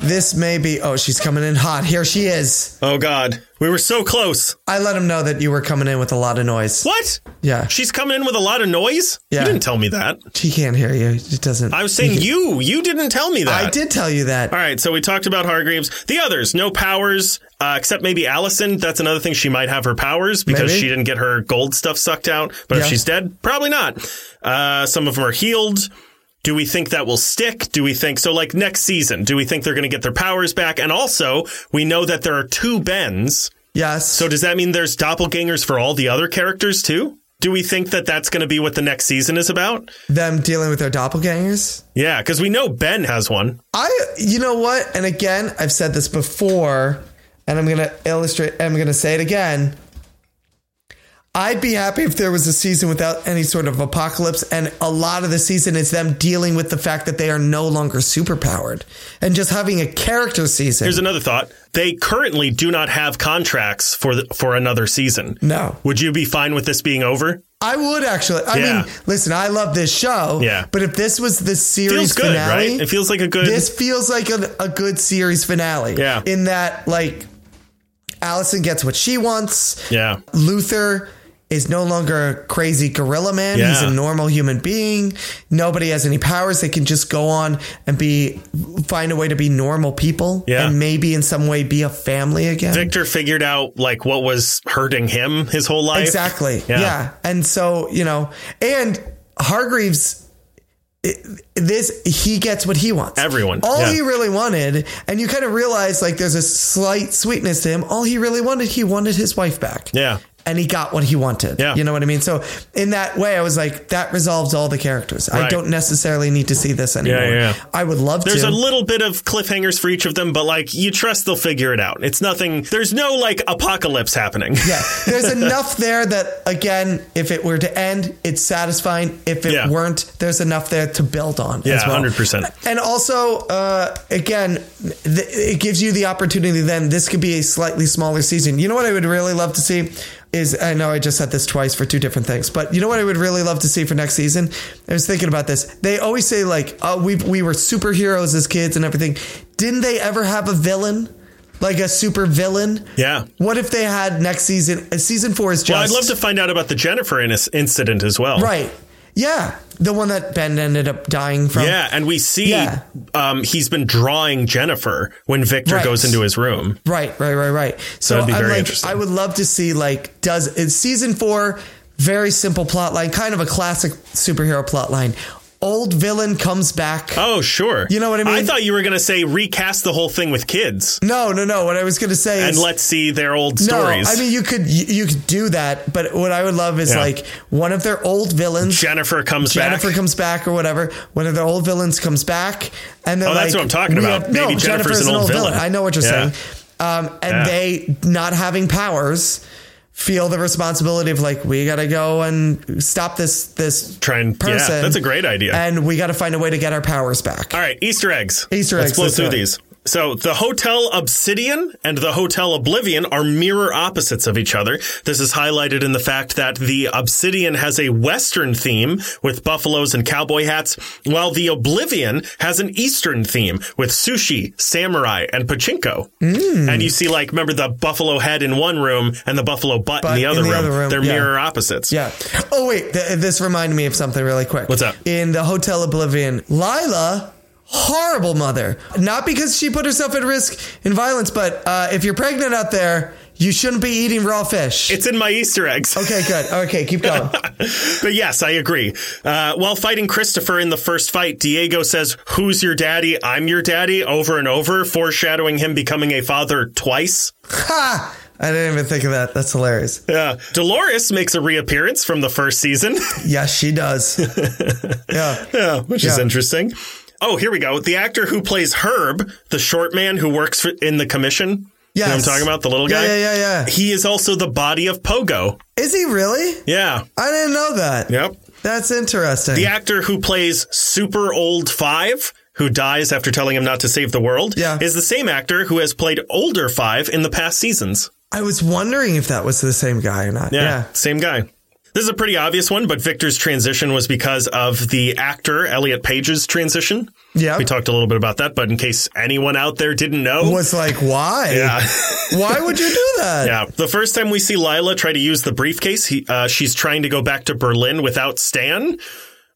Speaker 2: this may be. Oh, she's coming in hot. Here she is.
Speaker 1: oh God, we were so close.
Speaker 2: I let him know that you were coming in with a lot of noise.
Speaker 1: What?
Speaker 2: Yeah,
Speaker 1: She's coming in with a lot of noise.
Speaker 2: Yeah.
Speaker 1: You didn't tell me that.
Speaker 2: she can't hear you. It doesn't.
Speaker 1: I was saying you. You didn't tell me that.
Speaker 2: I did tell you that.
Speaker 1: All right, so we talked about Hargreaves. The others, no powers, uh, except maybe Allison. That's another thing. She might have her powers because
Speaker 2: Maybe.
Speaker 1: she didn't get her gold stuff sucked out. But
Speaker 2: Yeah.
Speaker 1: if she's dead, probably not. Uh, some of them are healed. Do we think that will stick? Do we think so? Like next season, do we think they're going to get their powers back? And also, we know that there are two Bens.
Speaker 2: Yes.
Speaker 1: So does that mean there's doppelgangers for all the other characters too? do we think that that's going to be what the next season is about?
Speaker 2: Them dealing with their doppelgangers.
Speaker 1: Yeah, because we know Ben has one.
Speaker 2: I, you know what? And again, I've said this before, and I'm gonna illustrate. I'm gonna say it again. I'd be happy if there was a season without any sort of apocalypse, and a lot of the season is them dealing with the fact that they are no longer superpowered, and just having a character season.
Speaker 1: Here's another thought. They currently do not have contracts for the, for another season.
Speaker 2: no,
Speaker 1: Would you be fine with this being over?
Speaker 2: I would actually. I
Speaker 1: Yeah.
Speaker 2: mean, listen, I love this show.
Speaker 1: Yeah.
Speaker 2: but if this was the series
Speaker 1: Feels good,
Speaker 2: finale,
Speaker 1: right? It feels like a good.
Speaker 2: this feels like a, a good series finale.
Speaker 1: Yeah.
Speaker 2: In that, like, Allison gets what she wants.
Speaker 1: yeah.
Speaker 2: Luther is no longer a crazy gorilla man. He's
Speaker 1: Yeah.
Speaker 2: a normal human being. Nobody has any powers. They can just go on and be, find a way to be normal people.
Speaker 1: Yeah.
Speaker 2: And maybe in some way be a family again.
Speaker 1: Victor figured out like what was hurting him his whole life.
Speaker 2: Exactly.
Speaker 1: Yeah.
Speaker 2: Yeah. And so, you know, and Hargreaves, i- this, he gets what he wants.
Speaker 1: Everyone,
Speaker 2: All
Speaker 1: yeah.
Speaker 2: he really wanted, and you kind of realize like there's a slight sweetness to him. All he really wanted, he wanted his wife back.
Speaker 1: Yeah.
Speaker 2: And he got what he wanted.
Speaker 1: Yeah.
Speaker 2: You know what I mean? So, in that way, I was like, that resolves all the characters. I
Speaker 1: Right.
Speaker 2: don't necessarily need to see this anymore.
Speaker 1: yeah, yeah.
Speaker 2: I would love
Speaker 1: There's
Speaker 2: to.
Speaker 1: a little bit of cliffhangers for each of them, but like you trust they'll figure it out. It's nothing. There's no like apocalypse happening.
Speaker 2: yeah, there's enough there that again, if it were to end, it's satisfying. If it
Speaker 1: Yeah.
Speaker 2: weren't, there's enough there to build on.
Speaker 1: Yeah,
Speaker 2: as well.
Speaker 1: 100%.
Speaker 2: And also, uh, again, th- it gives you the opportunity. Then this could be a slightly smaller season. You know what I would really love to see is I know I just said this twice for two different things, but you know what I would really love to see for next season. I was thinking about this. They always say like, "Oh, we we were superheroes as kids and everything." Didn't they ever have a villain? Like a super villain?
Speaker 1: Yeah.
Speaker 2: What if they had next season? uh, Season four is just.
Speaker 1: Well, I'd love to find out about the Jennifer in- incident as well.
Speaker 2: Right. Yeah. The one that Ben ended up dying from.
Speaker 1: Yeah, and we see
Speaker 2: Um, Yeah.
Speaker 1: um, he's been drawing Jennifer when Victor
Speaker 2: Right.
Speaker 1: goes into his room.
Speaker 2: Right, right, right, right. So
Speaker 1: That'd be
Speaker 2: I'm
Speaker 1: very
Speaker 2: like,
Speaker 1: interesting.
Speaker 2: I would love to see like does it's season four, very simple plot line, kind of a classic superhero plot line. Old villain comes back.
Speaker 1: Oh, sure.
Speaker 2: You know what I mean?
Speaker 1: I thought you were going to say recast the whole thing with kids
Speaker 2: No, no, no. What I was gonna say
Speaker 1: and
Speaker 2: is
Speaker 1: let's see their old
Speaker 2: no.
Speaker 1: stories.
Speaker 2: I mean, you could you, you could do that, but what I would love is
Speaker 1: Yeah.
Speaker 2: like one of their old villains.
Speaker 1: Jennifer comes
Speaker 2: Jennifer
Speaker 1: back.
Speaker 2: comes back or whatever. One of the old villains comes back, and they're
Speaker 1: Oh, that's
Speaker 2: like,
Speaker 1: what I'm talking
Speaker 2: we
Speaker 1: about.
Speaker 2: have-
Speaker 1: Maybe
Speaker 2: no,
Speaker 1: Jennifer's an old villain.
Speaker 2: I know what you're
Speaker 1: Yeah.
Speaker 2: saying. Um, and
Speaker 1: Yeah.
Speaker 2: they not having powers feel the responsibility of like we got to go and stop this this
Speaker 1: Try and- yeah,
Speaker 2: person.
Speaker 1: that's a great idea.
Speaker 2: and we got to find a way to get our powers back.
Speaker 1: All right, Easter eggs.
Speaker 2: Easter
Speaker 1: Let's
Speaker 2: eggs,
Speaker 1: blow
Speaker 2: let's
Speaker 1: through
Speaker 2: do it.
Speaker 1: these. So the Hotel Obsidian and the Hotel Oblivion are mirror opposites of each other. This is highlighted in the fact that the Obsidian has a Western theme with buffaloes and cowboy hats, while the Oblivion has an Eastern theme with sushi, samurai, and pachinko. And you see, like, remember the buffalo head in one room and the buffalo butt, in, the other, room. They're
Speaker 2: yeah.
Speaker 1: mirror opposites.
Speaker 2: Yeah. Oh wait, th- this reminded me of something really quick.
Speaker 1: What's up?
Speaker 2: In the Hotel Oblivion, Lila, horrible mother. Not because she put herself at risk in violence, but uh, if you're pregnant out there, you shouldn't be eating raw fish.
Speaker 1: It's in my Easter eggs.
Speaker 2: okay, good. Okay, keep going.
Speaker 1: But yes, I agree. Uh, while fighting Christopher in the first fight, Diego says, Who's your daddy? I'm your daddy, over and over, foreshadowing him becoming a father twice.
Speaker 2: ha! I didn't even think of that. That's hilarious.
Speaker 1: Uh, Dolores makes a reappearance from the first season,
Speaker 2: Yeah, she does. yeah.
Speaker 1: Yeah, which is
Speaker 2: Yeah.
Speaker 1: interesting. Oh, here we go. The actor who plays Herb, the short man who works for, in the commission. You know what I'm
Speaker 2: Yes.
Speaker 1: talking about? The little
Speaker 2: Yeah,
Speaker 1: guy?
Speaker 2: yeah, yeah, yeah.
Speaker 1: He is also the body of Pogo.
Speaker 2: Is he really?
Speaker 1: Yeah.
Speaker 2: I didn't know that.
Speaker 1: Yep.
Speaker 2: That's interesting.
Speaker 1: The actor who plays Super Old Five, who dies after telling him not to save the world,
Speaker 2: Yeah.
Speaker 1: is the same actor who has played Older Five in the past seasons.
Speaker 2: I was wondering if that was the same guy or not. yeah.
Speaker 1: Same guy. This is a pretty obvious one, but Victor's transition was because of the actor Elliot Page's transition.
Speaker 2: Yeah.
Speaker 1: We talked a little bit about that, but in case anyone out there didn't know. uh,
Speaker 2: was like, why?
Speaker 1: yeah.
Speaker 2: Why would you do that?
Speaker 1: Yeah. The first time we see Lila try to use the briefcase, he, uh, she's trying to go back to Berlin without Stan.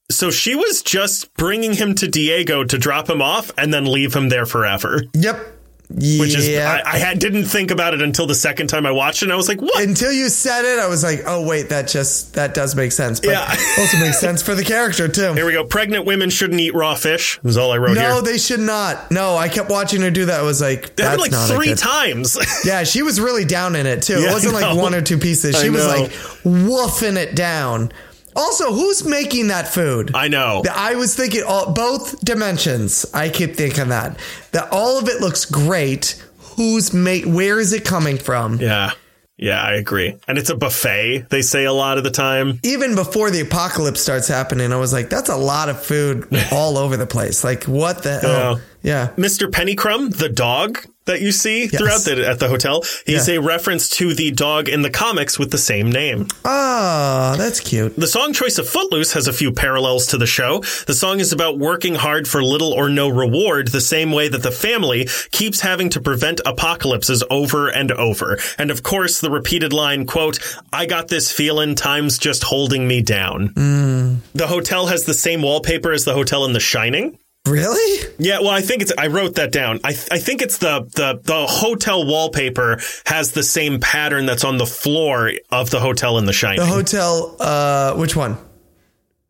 Speaker 1: So she was just bringing him to Diego to drop him off and then leave him there forever.
Speaker 2: Yep.
Speaker 1: Which is
Speaker 2: Yeah.
Speaker 1: I, I had, didn't think about it until the second time I watched it, and I was like, "What?
Speaker 2: Until you said it, I was like, oh wait, that just that does make sense. But
Speaker 1: Yeah.
Speaker 2: also makes sense for the character too.
Speaker 1: Here we go. Pregnant women shouldn't eat raw fish." Is all I wrote
Speaker 2: No,
Speaker 1: here.
Speaker 2: they should not. No, I kept watching her do that. I was like,
Speaker 1: They
Speaker 2: that's
Speaker 1: happened
Speaker 2: not a
Speaker 1: like three
Speaker 2: good-
Speaker 1: times.
Speaker 2: Yeah, she was really down in it too.
Speaker 1: Yeah,
Speaker 2: it
Speaker 1: I
Speaker 2: wasn't
Speaker 1: know.
Speaker 2: like one or two pieces.
Speaker 1: I
Speaker 2: She was
Speaker 1: know.
Speaker 2: like woofing it down. Also, who's making that food?
Speaker 1: I know.
Speaker 2: The- I was thinking all both dimensions. I keep thinking that that all of it looks great. Who's mate? Where is it coming from?
Speaker 1: Yeah. Yeah, I agree. And it's a buffet, they say a lot of the time.
Speaker 2: Even before the apocalypse starts happening, I was like, "That's a lot of food all over the place. Like, what the hell? Yeah,
Speaker 1: Mr. Pennycrumb, the dog that you see throughout the, at the hotel, he's
Speaker 2: Yeah.
Speaker 1: a reference to the dog in the comics with the same name.
Speaker 2: ah, that's cute.
Speaker 1: The song choice of Footloose has a few parallels to the show. The song is about working hard for little or no reward, the same way that the family keeps having to prevent apocalypses over and over. And of course, the repeated line, quote, I got this feeling time's just holding me down. The hotel has the same wallpaper as the hotel in The Shining.
Speaker 2: Really?
Speaker 1: Yeah, well, I think it's. I wrote that down. I I think it's the the the hotel wallpaper has the same pattern that's on the floor of the hotel in The Shining.
Speaker 2: The hotel, uh, which one?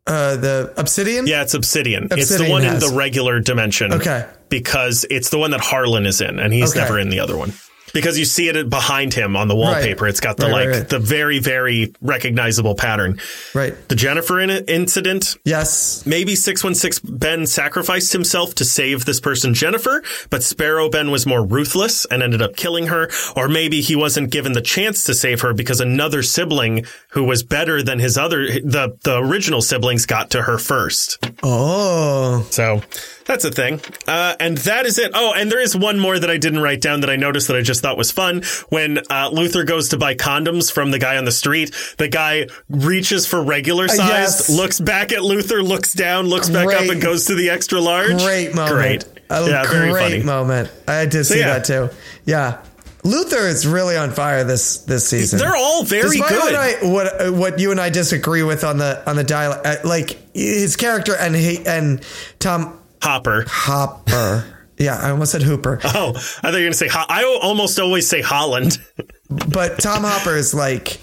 Speaker 2: Uh, the Obsidian?
Speaker 1: yeah, it's Obsidian. It's the
Speaker 2: Obsidian
Speaker 1: one
Speaker 2: has.
Speaker 1: in the regular dimension.
Speaker 2: Okay.
Speaker 1: Because it's the one that Harlan is in, and he's
Speaker 2: Okay.
Speaker 1: never in the other one. Because you see it behind him on the wallpaper. It's got the
Speaker 2: Right,
Speaker 1: like
Speaker 2: right, right.
Speaker 1: the very very recognizable pattern.
Speaker 2: Right.
Speaker 1: The Jennifer in- incident
Speaker 2: Yes.
Speaker 1: Maybe 616 Ben sacrificed himself to save this person, Jennifer, but Sparrow Ben was more ruthless and ended up killing her. Or maybe he wasn't given the chance to save her because another sibling who was better than his other, the, the original siblings got to her first.
Speaker 2: Oh.
Speaker 1: So that's a thing. Uh, and that is it. Oh, and there is one more that I didn't write down that I noticed that I just thought was fun. When uh, Luther goes to buy condoms from the guy on the street, the guy reaches for regular sized,
Speaker 2: Uh, yes.
Speaker 1: looks back at Luther, looks down, looks back up,
Speaker 2: Great.
Speaker 1: and goes to the extra large.
Speaker 2: Great moment.
Speaker 1: Great.
Speaker 2: A
Speaker 1: yeah,
Speaker 2: great
Speaker 1: very funny.
Speaker 2: moment. I did see
Speaker 1: yeah.
Speaker 2: that too. Yeah. Luther is really on fire this this season.
Speaker 1: They're all very
Speaker 2: Despite
Speaker 1: good.
Speaker 2: What, I, what what you and I disagree with on the on the dialogue, uh, like his character and he and Tom
Speaker 1: Hopper.
Speaker 2: Hopper. yeah, I almost said Hooper.
Speaker 1: Oh, I thought you were going to say, Ho- I almost always say Holland.
Speaker 2: but Tom Hopper is like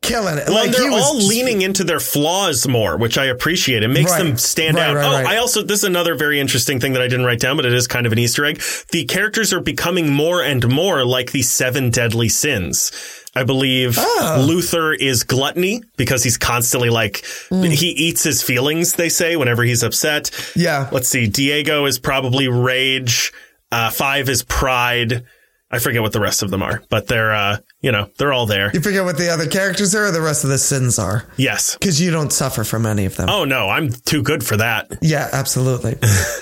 Speaker 2: killing it.
Speaker 1: Well,
Speaker 2: like
Speaker 1: they're all
Speaker 2: just-
Speaker 1: leaning into their flaws more, which I appreciate. It makes
Speaker 2: Right.
Speaker 1: them stand
Speaker 2: Right,
Speaker 1: out.
Speaker 2: right,
Speaker 1: oh,
Speaker 2: right.
Speaker 1: I also this is another very interesting thing that I didn't write down, but it is kind of an Easter egg. The characters are becoming more and more like the seven deadly sins. I believe
Speaker 2: Ah.
Speaker 1: Luther is gluttony because he's constantly like
Speaker 2: Mm.
Speaker 1: he eats his feelings. They say whenever he's upset.
Speaker 2: Yeah.
Speaker 1: Let's see. Diego is probably rage. Uh, five is pride. I forget what the rest of them are, but they're uh, you know they're all there.
Speaker 2: You forget what the other characters are or the rest of the sins are.
Speaker 1: Yes.
Speaker 2: Because you don't suffer from any of them.
Speaker 1: Oh no, I'm too good for that.
Speaker 2: Yeah, absolutely.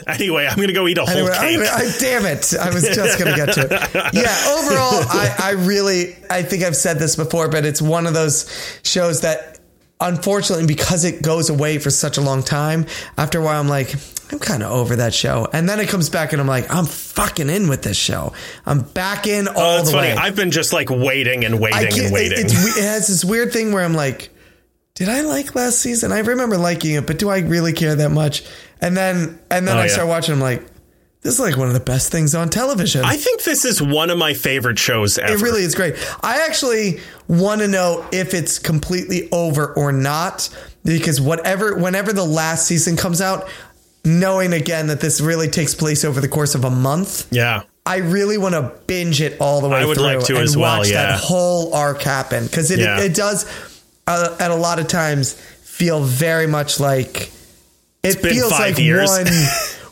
Speaker 1: Anyway, I'm gonna go eat a whole
Speaker 2: Anyway,
Speaker 1: cake.
Speaker 2: I, I, damn it. I was just going to get to it. Yeah, overall, I, I really, I think I've said this before, but it's one of those shows that unfortunately, because it goes away for such a long time, after a while, I'm like, I'm kind of over that show. And then it comes back and I'm like, I'm fucking in with this show. I'm back in all
Speaker 1: oh, that's
Speaker 2: the
Speaker 1: funny.
Speaker 2: way.
Speaker 1: I've been just like waiting and
Speaker 2: I
Speaker 1: waiting
Speaker 2: can't-
Speaker 1: and waiting.
Speaker 2: It's, we- it has this weird thing where I'm like, did I like last season? I remember liking it, but do I really care that much? And then, and then
Speaker 1: Oh,
Speaker 2: I
Speaker 1: yeah.
Speaker 2: start watching. I'm like, this is like one of the best things on television.
Speaker 1: I think this is one of my favorite shows ever.
Speaker 2: it really is great. I actually want to know if it's completely over or not, because whatever, whenever the last season comes out, knowing again that this really takes place over the course of a month,
Speaker 1: yeah.
Speaker 2: I really want to binge it all the way.
Speaker 1: I would
Speaker 2: through
Speaker 1: like to
Speaker 2: and
Speaker 1: as well,
Speaker 2: Watch
Speaker 1: yeah.
Speaker 2: that whole arc happen because it,
Speaker 1: Yeah.
Speaker 2: it does uh, at a lot of times feel very much like it
Speaker 1: been
Speaker 2: feels
Speaker 1: five
Speaker 2: like
Speaker 1: years.
Speaker 2: one.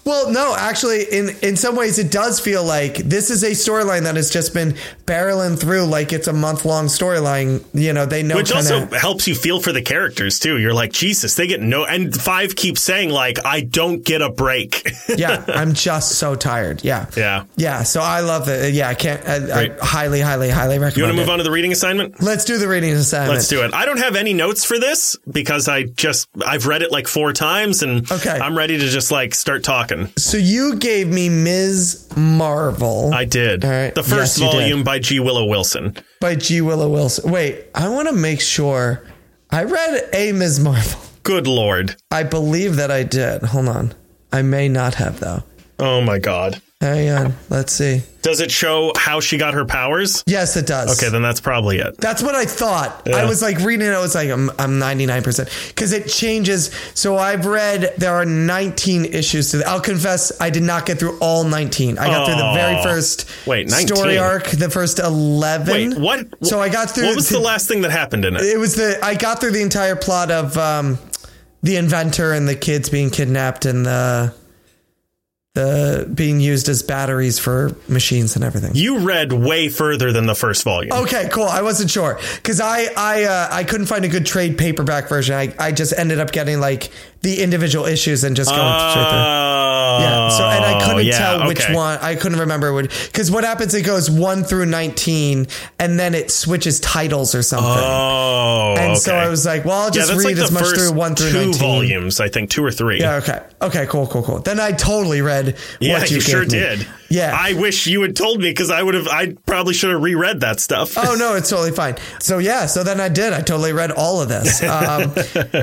Speaker 2: Well, no, actually, in in some ways, it does feel like this is a storyline that has just been barreling through like it's a month long storyline. You know, they know
Speaker 1: Which
Speaker 2: kinda-
Speaker 1: also helps you feel for the characters too. You're like, Jesus, they get no and five keeps saying like, I don't get a break.
Speaker 2: yeah, I'm just so tired. Yeah,
Speaker 1: yeah.
Speaker 2: yeah. So I love that. Yeah, I can't. I, I highly, highly, highly recommend.
Speaker 1: You wanna move
Speaker 2: it.
Speaker 1: on to the reading assignment?
Speaker 2: Let's do the reading assignment.
Speaker 1: Let's do it. I don't have any notes for this because I just I've read it like four times and
Speaker 2: Okay.
Speaker 1: I'm ready to just like start talking.
Speaker 2: So you gave me Ms. Marvel
Speaker 1: I did.
Speaker 2: All right.
Speaker 1: The first
Speaker 2: Yes, you did.
Speaker 1: volume by G. Willow Wilson.
Speaker 2: by G. Willow Wilson. Wait, I want to make sure I read a Ms. Marvel.
Speaker 1: Good lord.
Speaker 2: I believe that I did. Hold on. I may not have though.
Speaker 1: Oh my god.
Speaker 2: Hang on. Let's see.
Speaker 1: Does it show how she got her powers?
Speaker 2: Yes, it does.
Speaker 1: Okay, then that's probably it.
Speaker 2: That's what I thought. I was like reading it. I was like, I'm, I'm 99%. Because it changes. So I've read there are 19 issues to the. I'll confess, I did not get through all 19. I got through the very
Speaker 1: Oh.
Speaker 2: first
Speaker 1: Wait, 19?
Speaker 2: story arc, the first 11.
Speaker 1: Wait, what?
Speaker 2: So I got through.
Speaker 1: What was the last thing that happened in it?
Speaker 2: It was the. I got through the entire plot of um, the inventor and the kids being kidnapped and the. The being used as batteries for machines and everything.
Speaker 1: You read way further than the first volume.
Speaker 2: Okay, cool. I wasn't sure because I I uh, I couldn't find a good trade paperback version. I, I just ended up getting like the individual issues and just going straight through. Yeah. So and I couldn't
Speaker 1: Oh, yeah,
Speaker 2: tell which
Speaker 1: okay.
Speaker 2: one. I couldn't remember what because what happens? It goes one through nineteen, and then it switches titles or something.
Speaker 1: Oh,
Speaker 2: and so
Speaker 1: okay.
Speaker 2: I was like, well, I'll just
Speaker 1: yeah, that's
Speaker 2: read
Speaker 1: like
Speaker 2: as
Speaker 1: the
Speaker 2: much
Speaker 1: first
Speaker 2: through one through
Speaker 1: two
Speaker 2: nineteen.
Speaker 1: volumes, I think two or three.
Speaker 2: Yeah, okay. Okay. Cool. Cool. Cool. Then I totally read.
Speaker 1: Yeah,
Speaker 2: what
Speaker 1: you,
Speaker 2: you, gave
Speaker 1: sure
Speaker 2: me.
Speaker 1: did.
Speaker 2: Yeah.
Speaker 1: I wish you had told me because I would have. I probably should have reread that stuff.
Speaker 2: oh no, it's totally fine. So yeah, so then I did. I totally read all of this. Um,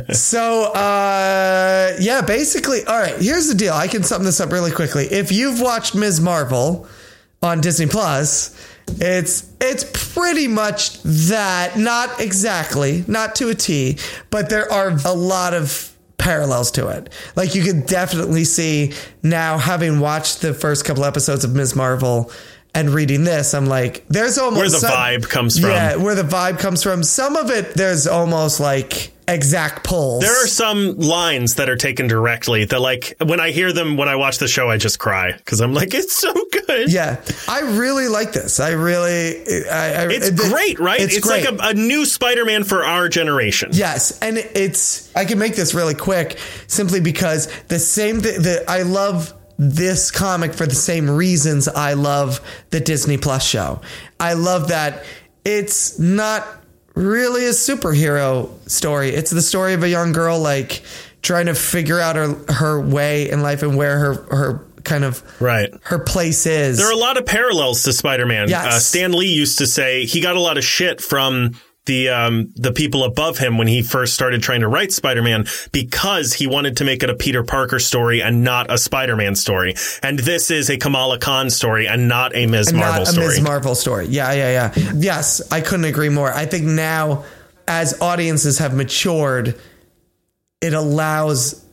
Speaker 2: so uh, yeah, basically, all right. Here's the deal. I can sum this up really quickly. If you've watched Ms. Marvel on Disney Plus, it's it's pretty much that. Not exactly, not to a T, but there are a lot of parallels to it. Like you could definitely see now having watched the first couple episodes of Ms. Marvel and reading this, I'm like, there's almost
Speaker 1: Where the vibe comes from.
Speaker 2: Yeah, where the vibe comes from. Some of it there's almost like exact pulls.
Speaker 1: There are some lines that are taken directly that, like, when I hear them when I watch the show, I just cry because I'm like, it's so good.
Speaker 2: yeah, I really like this. I really, I, I,
Speaker 1: It's
Speaker 2: it-
Speaker 1: great, right?
Speaker 2: It's, great.
Speaker 1: like a, a new Spider Man for our generation.
Speaker 2: Yes, and it's I can make this really quick simply because the same thing that I love this comic for the same reasons I love the Disney Plus show. I love that it's not really a superhero story. It's the story of a young girl like trying to figure out her her way in life and where her her kind of
Speaker 1: Right.
Speaker 2: her place is.
Speaker 1: There are a lot of parallels to Spider-Man.
Speaker 2: Yes.
Speaker 1: Uh, Stan Lee used to say he got a lot of shit from the um, the people above him when he first started trying to write Spider-Man because he wanted to make it a Peter Parker story and not a Spider-Man story. And this is a Kamala Khan story and not a Ms. Marvel
Speaker 2: not a
Speaker 1: story.
Speaker 2: Ms. Marvel story. Yeah, yeah, yeah. Yes, I couldn't agree more. I think now, as audiences have matured, it allows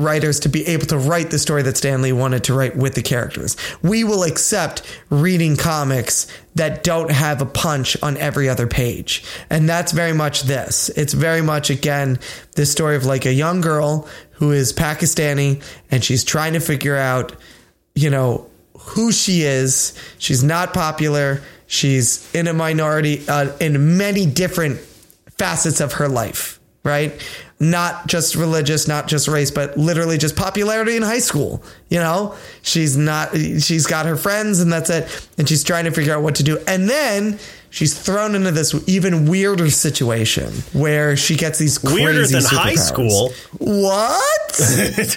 Speaker 2: writers to be able to write the story that Stanley wanted to write with the characters. We will accept reading comics that don't have a punch on every other page. And that's very much this. It's very much again this story of like a young girl who is Pakistani and she's trying to figure out you know who she is. She's not popular. She's in a minority uh, in many different facets of her life, right? Not just religious, not just race, but literally just popularity in high school. You know, she's not. She's got her friends, and that's it. And she's trying to figure out what to do. And then she's thrown into this even weirder situation where she gets these crazy
Speaker 1: Weirder than high
Speaker 2: superpowers.
Speaker 1: school.
Speaker 2: What?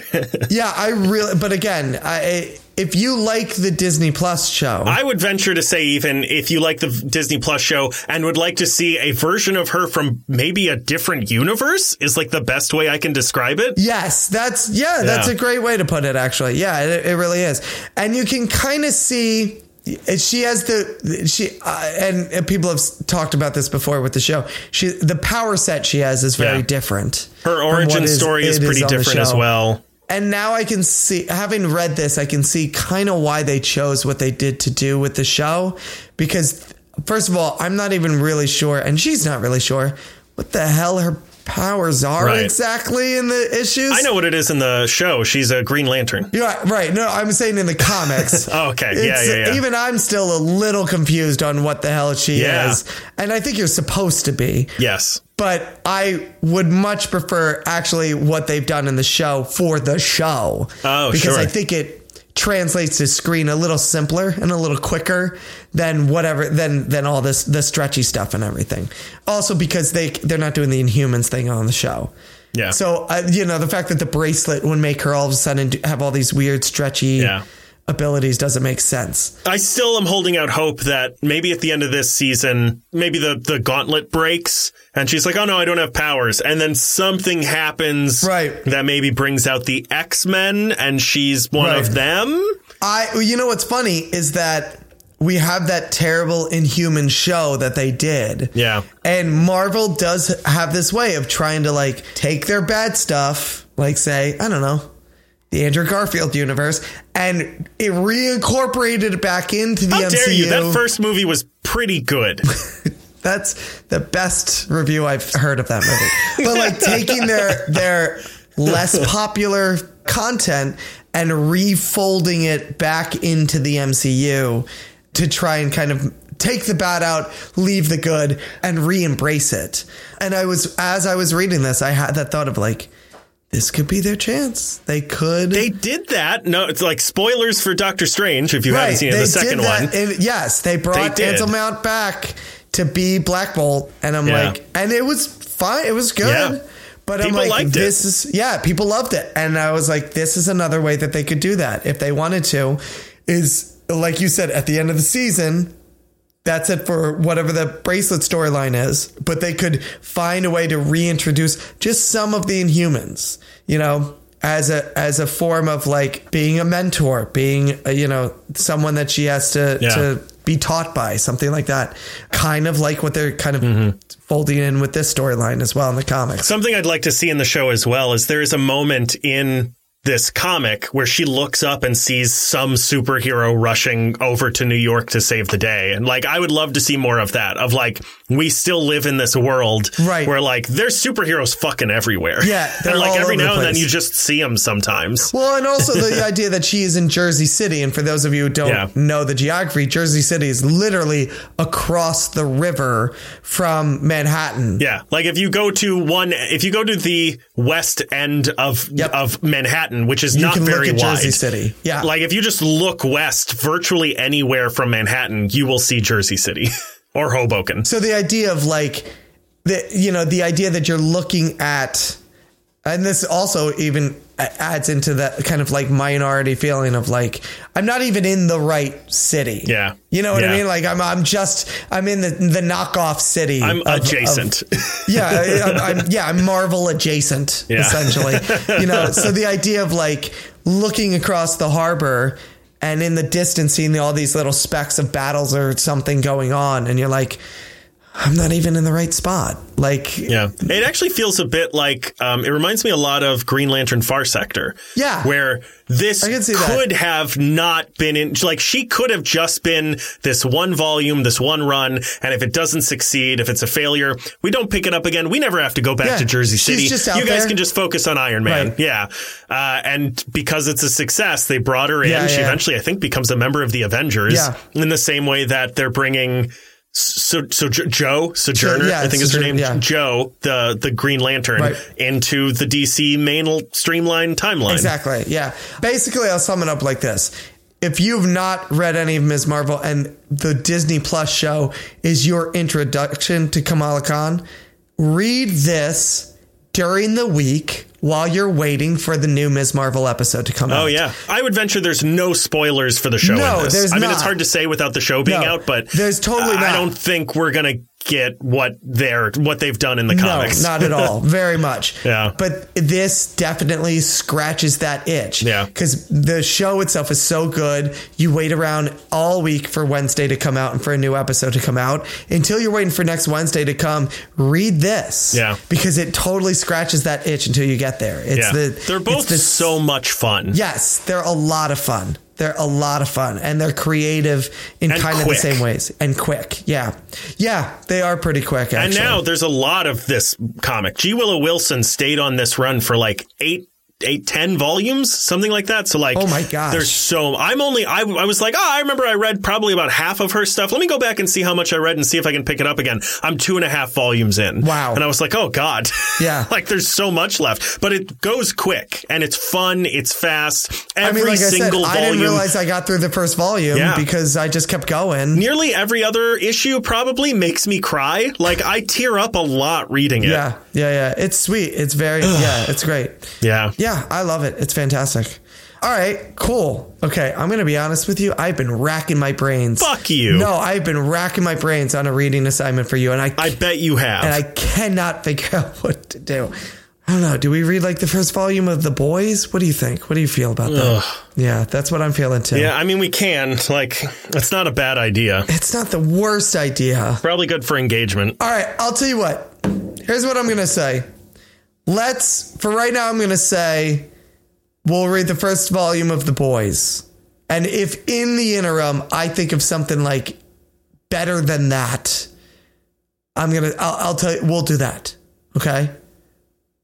Speaker 2: yeah, I really. But again, I if you like the Disney Plus show,
Speaker 1: I would venture to say, even if you like the Disney Plus show and would like to see a version of her from maybe a different universe, is like the best way I can describe it.
Speaker 2: yes, that's yeah, that's
Speaker 1: Yeah.
Speaker 2: a great way to put it. Actually, yeah, it, it really is. And you can kind of see eh, she has the she uh, and, and people have s- talked about this before with the show. She the power set she has is very
Speaker 1: Yeah.
Speaker 2: different.
Speaker 1: Her
Speaker 2: from what
Speaker 1: origin story is
Speaker 2: it
Speaker 1: pretty
Speaker 2: on the
Speaker 1: different as
Speaker 2: show.
Speaker 1: well.
Speaker 2: And now I can see, having read this, I can see kind of why they chose what they did to do with the show. Because, first of all, I'm not even really sure, and she's not really sure, what the hell her powers are
Speaker 1: Right.
Speaker 2: exactly in the issues.
Speaker 1: I know what it is in the show. She's a Green Lantern.
Speaker 2: Yeah, right. No, I'm saying in the comics.
Speaker 1: Oh, okay. Yeah,
Speaker 2: It's-
Speaker 1: yeah, yeah.
Speaker 2: Even I'm still a little confused on what the hell she
Speaker 1: Yeah.
Speaker 2: is. And I think you're supposed to be
Speaker 1: Yes.
Speaker 2: but I would much prefer actually what they've done in the show for the show.
Speaker 1: Oh,
Speaker 2: because
Speaker 1: sure.
Speaker 2: I think it translates to screen a little simpler and a little quicker than whatever than than all this the stretchy stuff and everything. Also because they they're not doing the Inhumans thing on the show.
Speaker 1: Yeah.
Speaker 2: So uh, you know the fact that the bracelet would make her all of a sudden do- have all these weird stretchy
Speaker 1: Yeah.
Speaker 2: abilities doesn't make sense.
Speaker 1: I still am holding out hope that maybe at the end of this season, maybe the, the gauntlet breaks and she's like, oh no, I don't have powers. And then something happens
Speaker 2: Right.
Speaker 1: that maybe brings out the X Men and she's one
Speaker 2: Right.
Speaker 1: of them.
Speaker 2: I you know what's funny is that we have that terrible inhuman show that they did.
Speaker 1: Yeah.
Speaker 2: And Marvel does have this way of trying to like take their bad stuff, like say, I don't know, the Andrew Garfield universe, and it reincorporated it back into the
Speaker 1: How
Speaker 2: MCU.
Speaker 1: dare you? That first movie was pretty good.
Speaker 2: That's the best review I've heard of that movie. But like taking their their less popular content and refolding it back into the MCU to try and kind of take the bad out, leave the good, and re-embrace it. And I was as I was reading this, I had that thought of like, this could be their chance. They could
Speaker 1: they did that. No, it's like spoilers for Doctor Strange if you haven't seen it, the second
Speaker 2: did
Speaker 1: one.
Speaker 2: that. And yes, they brought
Speaker 1: They did.
Speaker 2: Ansel Mount back to be Black Bolt, and I'm
Speaker 1: Yeah.
Speaker 2: like, and it was fine. It was good.
Speaker 1: Yeah.
Speaker 2: But
Speaker 1: People
Speaker 2: I'm like,
Speaker 1: liked it.
Speaker 2: this is yeah, people loved it, and I was like, this is another way that they could do that if they wanted to. Is like you said at the end of the season. That's it for whatever the bracelet storyline is, but they could find a way to reintroduce just some of the Inhumans, you know, as a as a form of like being a mentor, being a, you know someone that she has to
Speaker 1: Yeah.
Speaker 2: to be taught by something like that kind of like what they're kind of
Speaker 1: Mm-hmm.
Speaker 2: folding in with this storyline as well in the comics
Speaker 1: Something I'd like to see in the show as well is there is a moment in this comic where she looks up and sees some superhero rushing over to New York to save the day. And like, I would love to see more of that of like, we still live in this world
Speaker 2: Right.
Speaker 1: where like there's superheroes fucking everywhere.
Speaker 2: Yeah, they're
Speaker 1: and like
Speaker 2: all
Speaker 1: every
Speaker 2: over the
Speaker 1: now and then
Speaker 2: place.
Speaker 1: you just see them sometimes.
Speaker 2: well and also the idea that she is in jersey city and for those of you who don't
Speaker 1: Yeah.
Speaker 2: know the geography jersey city is literally across the river from manhattan
Speaker 1: Yeah, like if you go to one, if you go to the west end of
Speaker 2: Yep.
Speaker 1: of Manhattan, which is not
Speaker 2: can look
Speaker 1: very
Speaker 2: at
Speaker 1: wide,
Speaker 2: Jersey City. Yeah.
Speaker 1: like if you just look west, virtually anywhere from Manhattan, you will see Jersey City or Hoboken.
Speaker 2: So the idea of like the you know the idea that you're looking at, and this also even a- adds into that kind of like minority feeling of like I'm not even in the right city.
Speaker 1: Yeah.
Speaker 2: you know what I
Speaker 1: Yeah.
Speaker 2: mean. Like I'm I'm just I'm in the the knockoff city.
Speaker 1: I'm
Speaker 2: of- of-
Speaker 1: adjacent.
Speaker 2: yeah, I- I'm, I'm, yeah, I'm Marvel adjacent
Speaker 1: Yeah.
Speaker 2: essentially. You know, so the idea of like looking across the harbor and in the distance seeing all these little specks of battles or something going on, and you're like, I'm not even in the right spot. Like,
Speaker 1: Yeah, it actually feels a bit like um, it reminds me a lot of Green Lantern Far Sector.
Speaker 2: Yeah.
Speaker 1: where this
Speaker 2: can see that.
Speaker 1: could have not been in. Like she could have just been this one volume, this one run, and if it doesn't succeed, if it's a failure, we don't pick it up again. We never have to go back
Speaker 2: Yeah.
Speaker 1: to Jersey
Speaker 2: She's
Speaker 1: City.
Speaker 2: just out
Speaker 1: you guys
Speaker 2: there.
Speaker 1: can just focus on Iron Man.
Speaker 2: Right.
Speaker 1: Yeah, uh, and because it's a success, they brought her in.
Speaker 2: Yeah,
Speaker 1: she
Speaker 2: yeah.
Speaker 1: eventually, I think, becomes a member of the Avengers.
Speaker 2: Yeah.
Speaker 1: in the same way that they're bringing. So, so Jo- Joe Sojourner,
Speaker 2: yeah,
Speaker 1: I think is her
Speaker 2: Sojourner,
Speaker 1: name.
Speaker 2: yeah.
Speaker 1: Joe, the the Green Lantern,
Speaker 2: Right.
Speaker 1: into the DC main streamline timeline.
Speaker 2: Exactly. Yeah. Basically, I'll sum it up like this. If you've not read any of Ms. Marvel and the Disney Plus show is your introduction to Kamala Khan, read this during the week while you're waiting for the new Ms. Marvel episode to come out.
Speaker 1: Oh yeah, I would venture there's no spoilers for the show.
Speaker 2: No,
Speaker 1: in this.
Speaker 2: there's
Speaker 1: I mean,
Speaker 2: not.
Speaker 1: it's hard to say without the show being
Speaker 2: No,
Speaker 1: out, but
Speaker 2: there's totally
Speaker 1: I
Speaker 2: not.
Speaker 1: don't think we're gonna get what they're what they've done in the comics.
Speaker 2: No, not at all. Very much.
Speaker 1: Yeah.
Speaker 2: But this definitely scratches that itch.
Speaker 1: Yeah.
Speaker 2: Because the show itself is so good. You wait around all week for Wednesday to come out and for a new episode to come out. Until you're waiting for next Wednesday to come, read this.
Speaker 1: Yeah.
Speaker 2: Because it totally scratches that itch until you get there. It's
Speaker 1: yeah,
Speaker 2: the
Speaker 1: they're
Speaker 2: it's
Speaker 1: both
Speaker 2: the
Speaker 1: so much fun.
Speaker 2: Yes, they're a lot of fun. They're a lot of fun and they're creative in
Speaker 1: And
Speaker 2: kind of
Speaker 1: quick.
Speaker 2: the same ways and quick. Yeah. Yeah, they are pretty quick actually.
Speaker 1: And now there's a lot of this comic. G. Willow Wilson stayed on this run for like eight, eight, ten volumes, something like that. So like,
Speaker 2: Oh my gosh.
Speaker 1: there's so I'm only I, I was like, oh, I remember I read probably about half of her stuff. Let me go back and see how much I read and see if I can pick it up again. I'm two and a half volumes in.
Speaker 2: Wow.
Speaker 1: And I was like, oh god,
Speaker 2: Yeah.
Speaker 1: like there's so much left, but it goes quick and it's fun, it's fast. Every single
Speaker 2: I didn't
Speaker 1: volume
Speaker 2: realize I got through the first volume
Speaker 1: Yeah.
Speaker 2: because I just kept going.
Speaker 1: nearly every other issue probably makes me cry. Like I tear up a lot reading it.
Speaker 2: Yeah, yeah, yeah. It's sweet. It's very, yeah, it's great.
Speaker 1: Yeah.
Speaker 2: Yeah, I love it. It's fantastic. All right, cool. Okay, I'm going to be honest with you. I've been racking my brains.
Speaker 1: Fuck you.
Speaker 2: No, I've been racking my brains on a reading assignment for you, and I,
Speaker 1: I bet you have.
Speaker 2: and I cannot figure out what to do. I don't know. Do we read like the first volume of The Boys? What do you think? What do you feel about that? Yeah, that's what I'm feeling too.
Speaker 1: Yeah, I mean, we can. Like, it's not a bad idea.
Speaker 2: It's not the worst idea.
Speaker 1: Probably good for engagement.
Speaker 2: All right, I'll tell you what. Here's what I'm going to say. Let's, for right now, I'm going to say we'll read the first volume of The Boys. And if in the interim I think of something like better than that, I'm going to, I'll I'll tell you, we'll do that. Okay.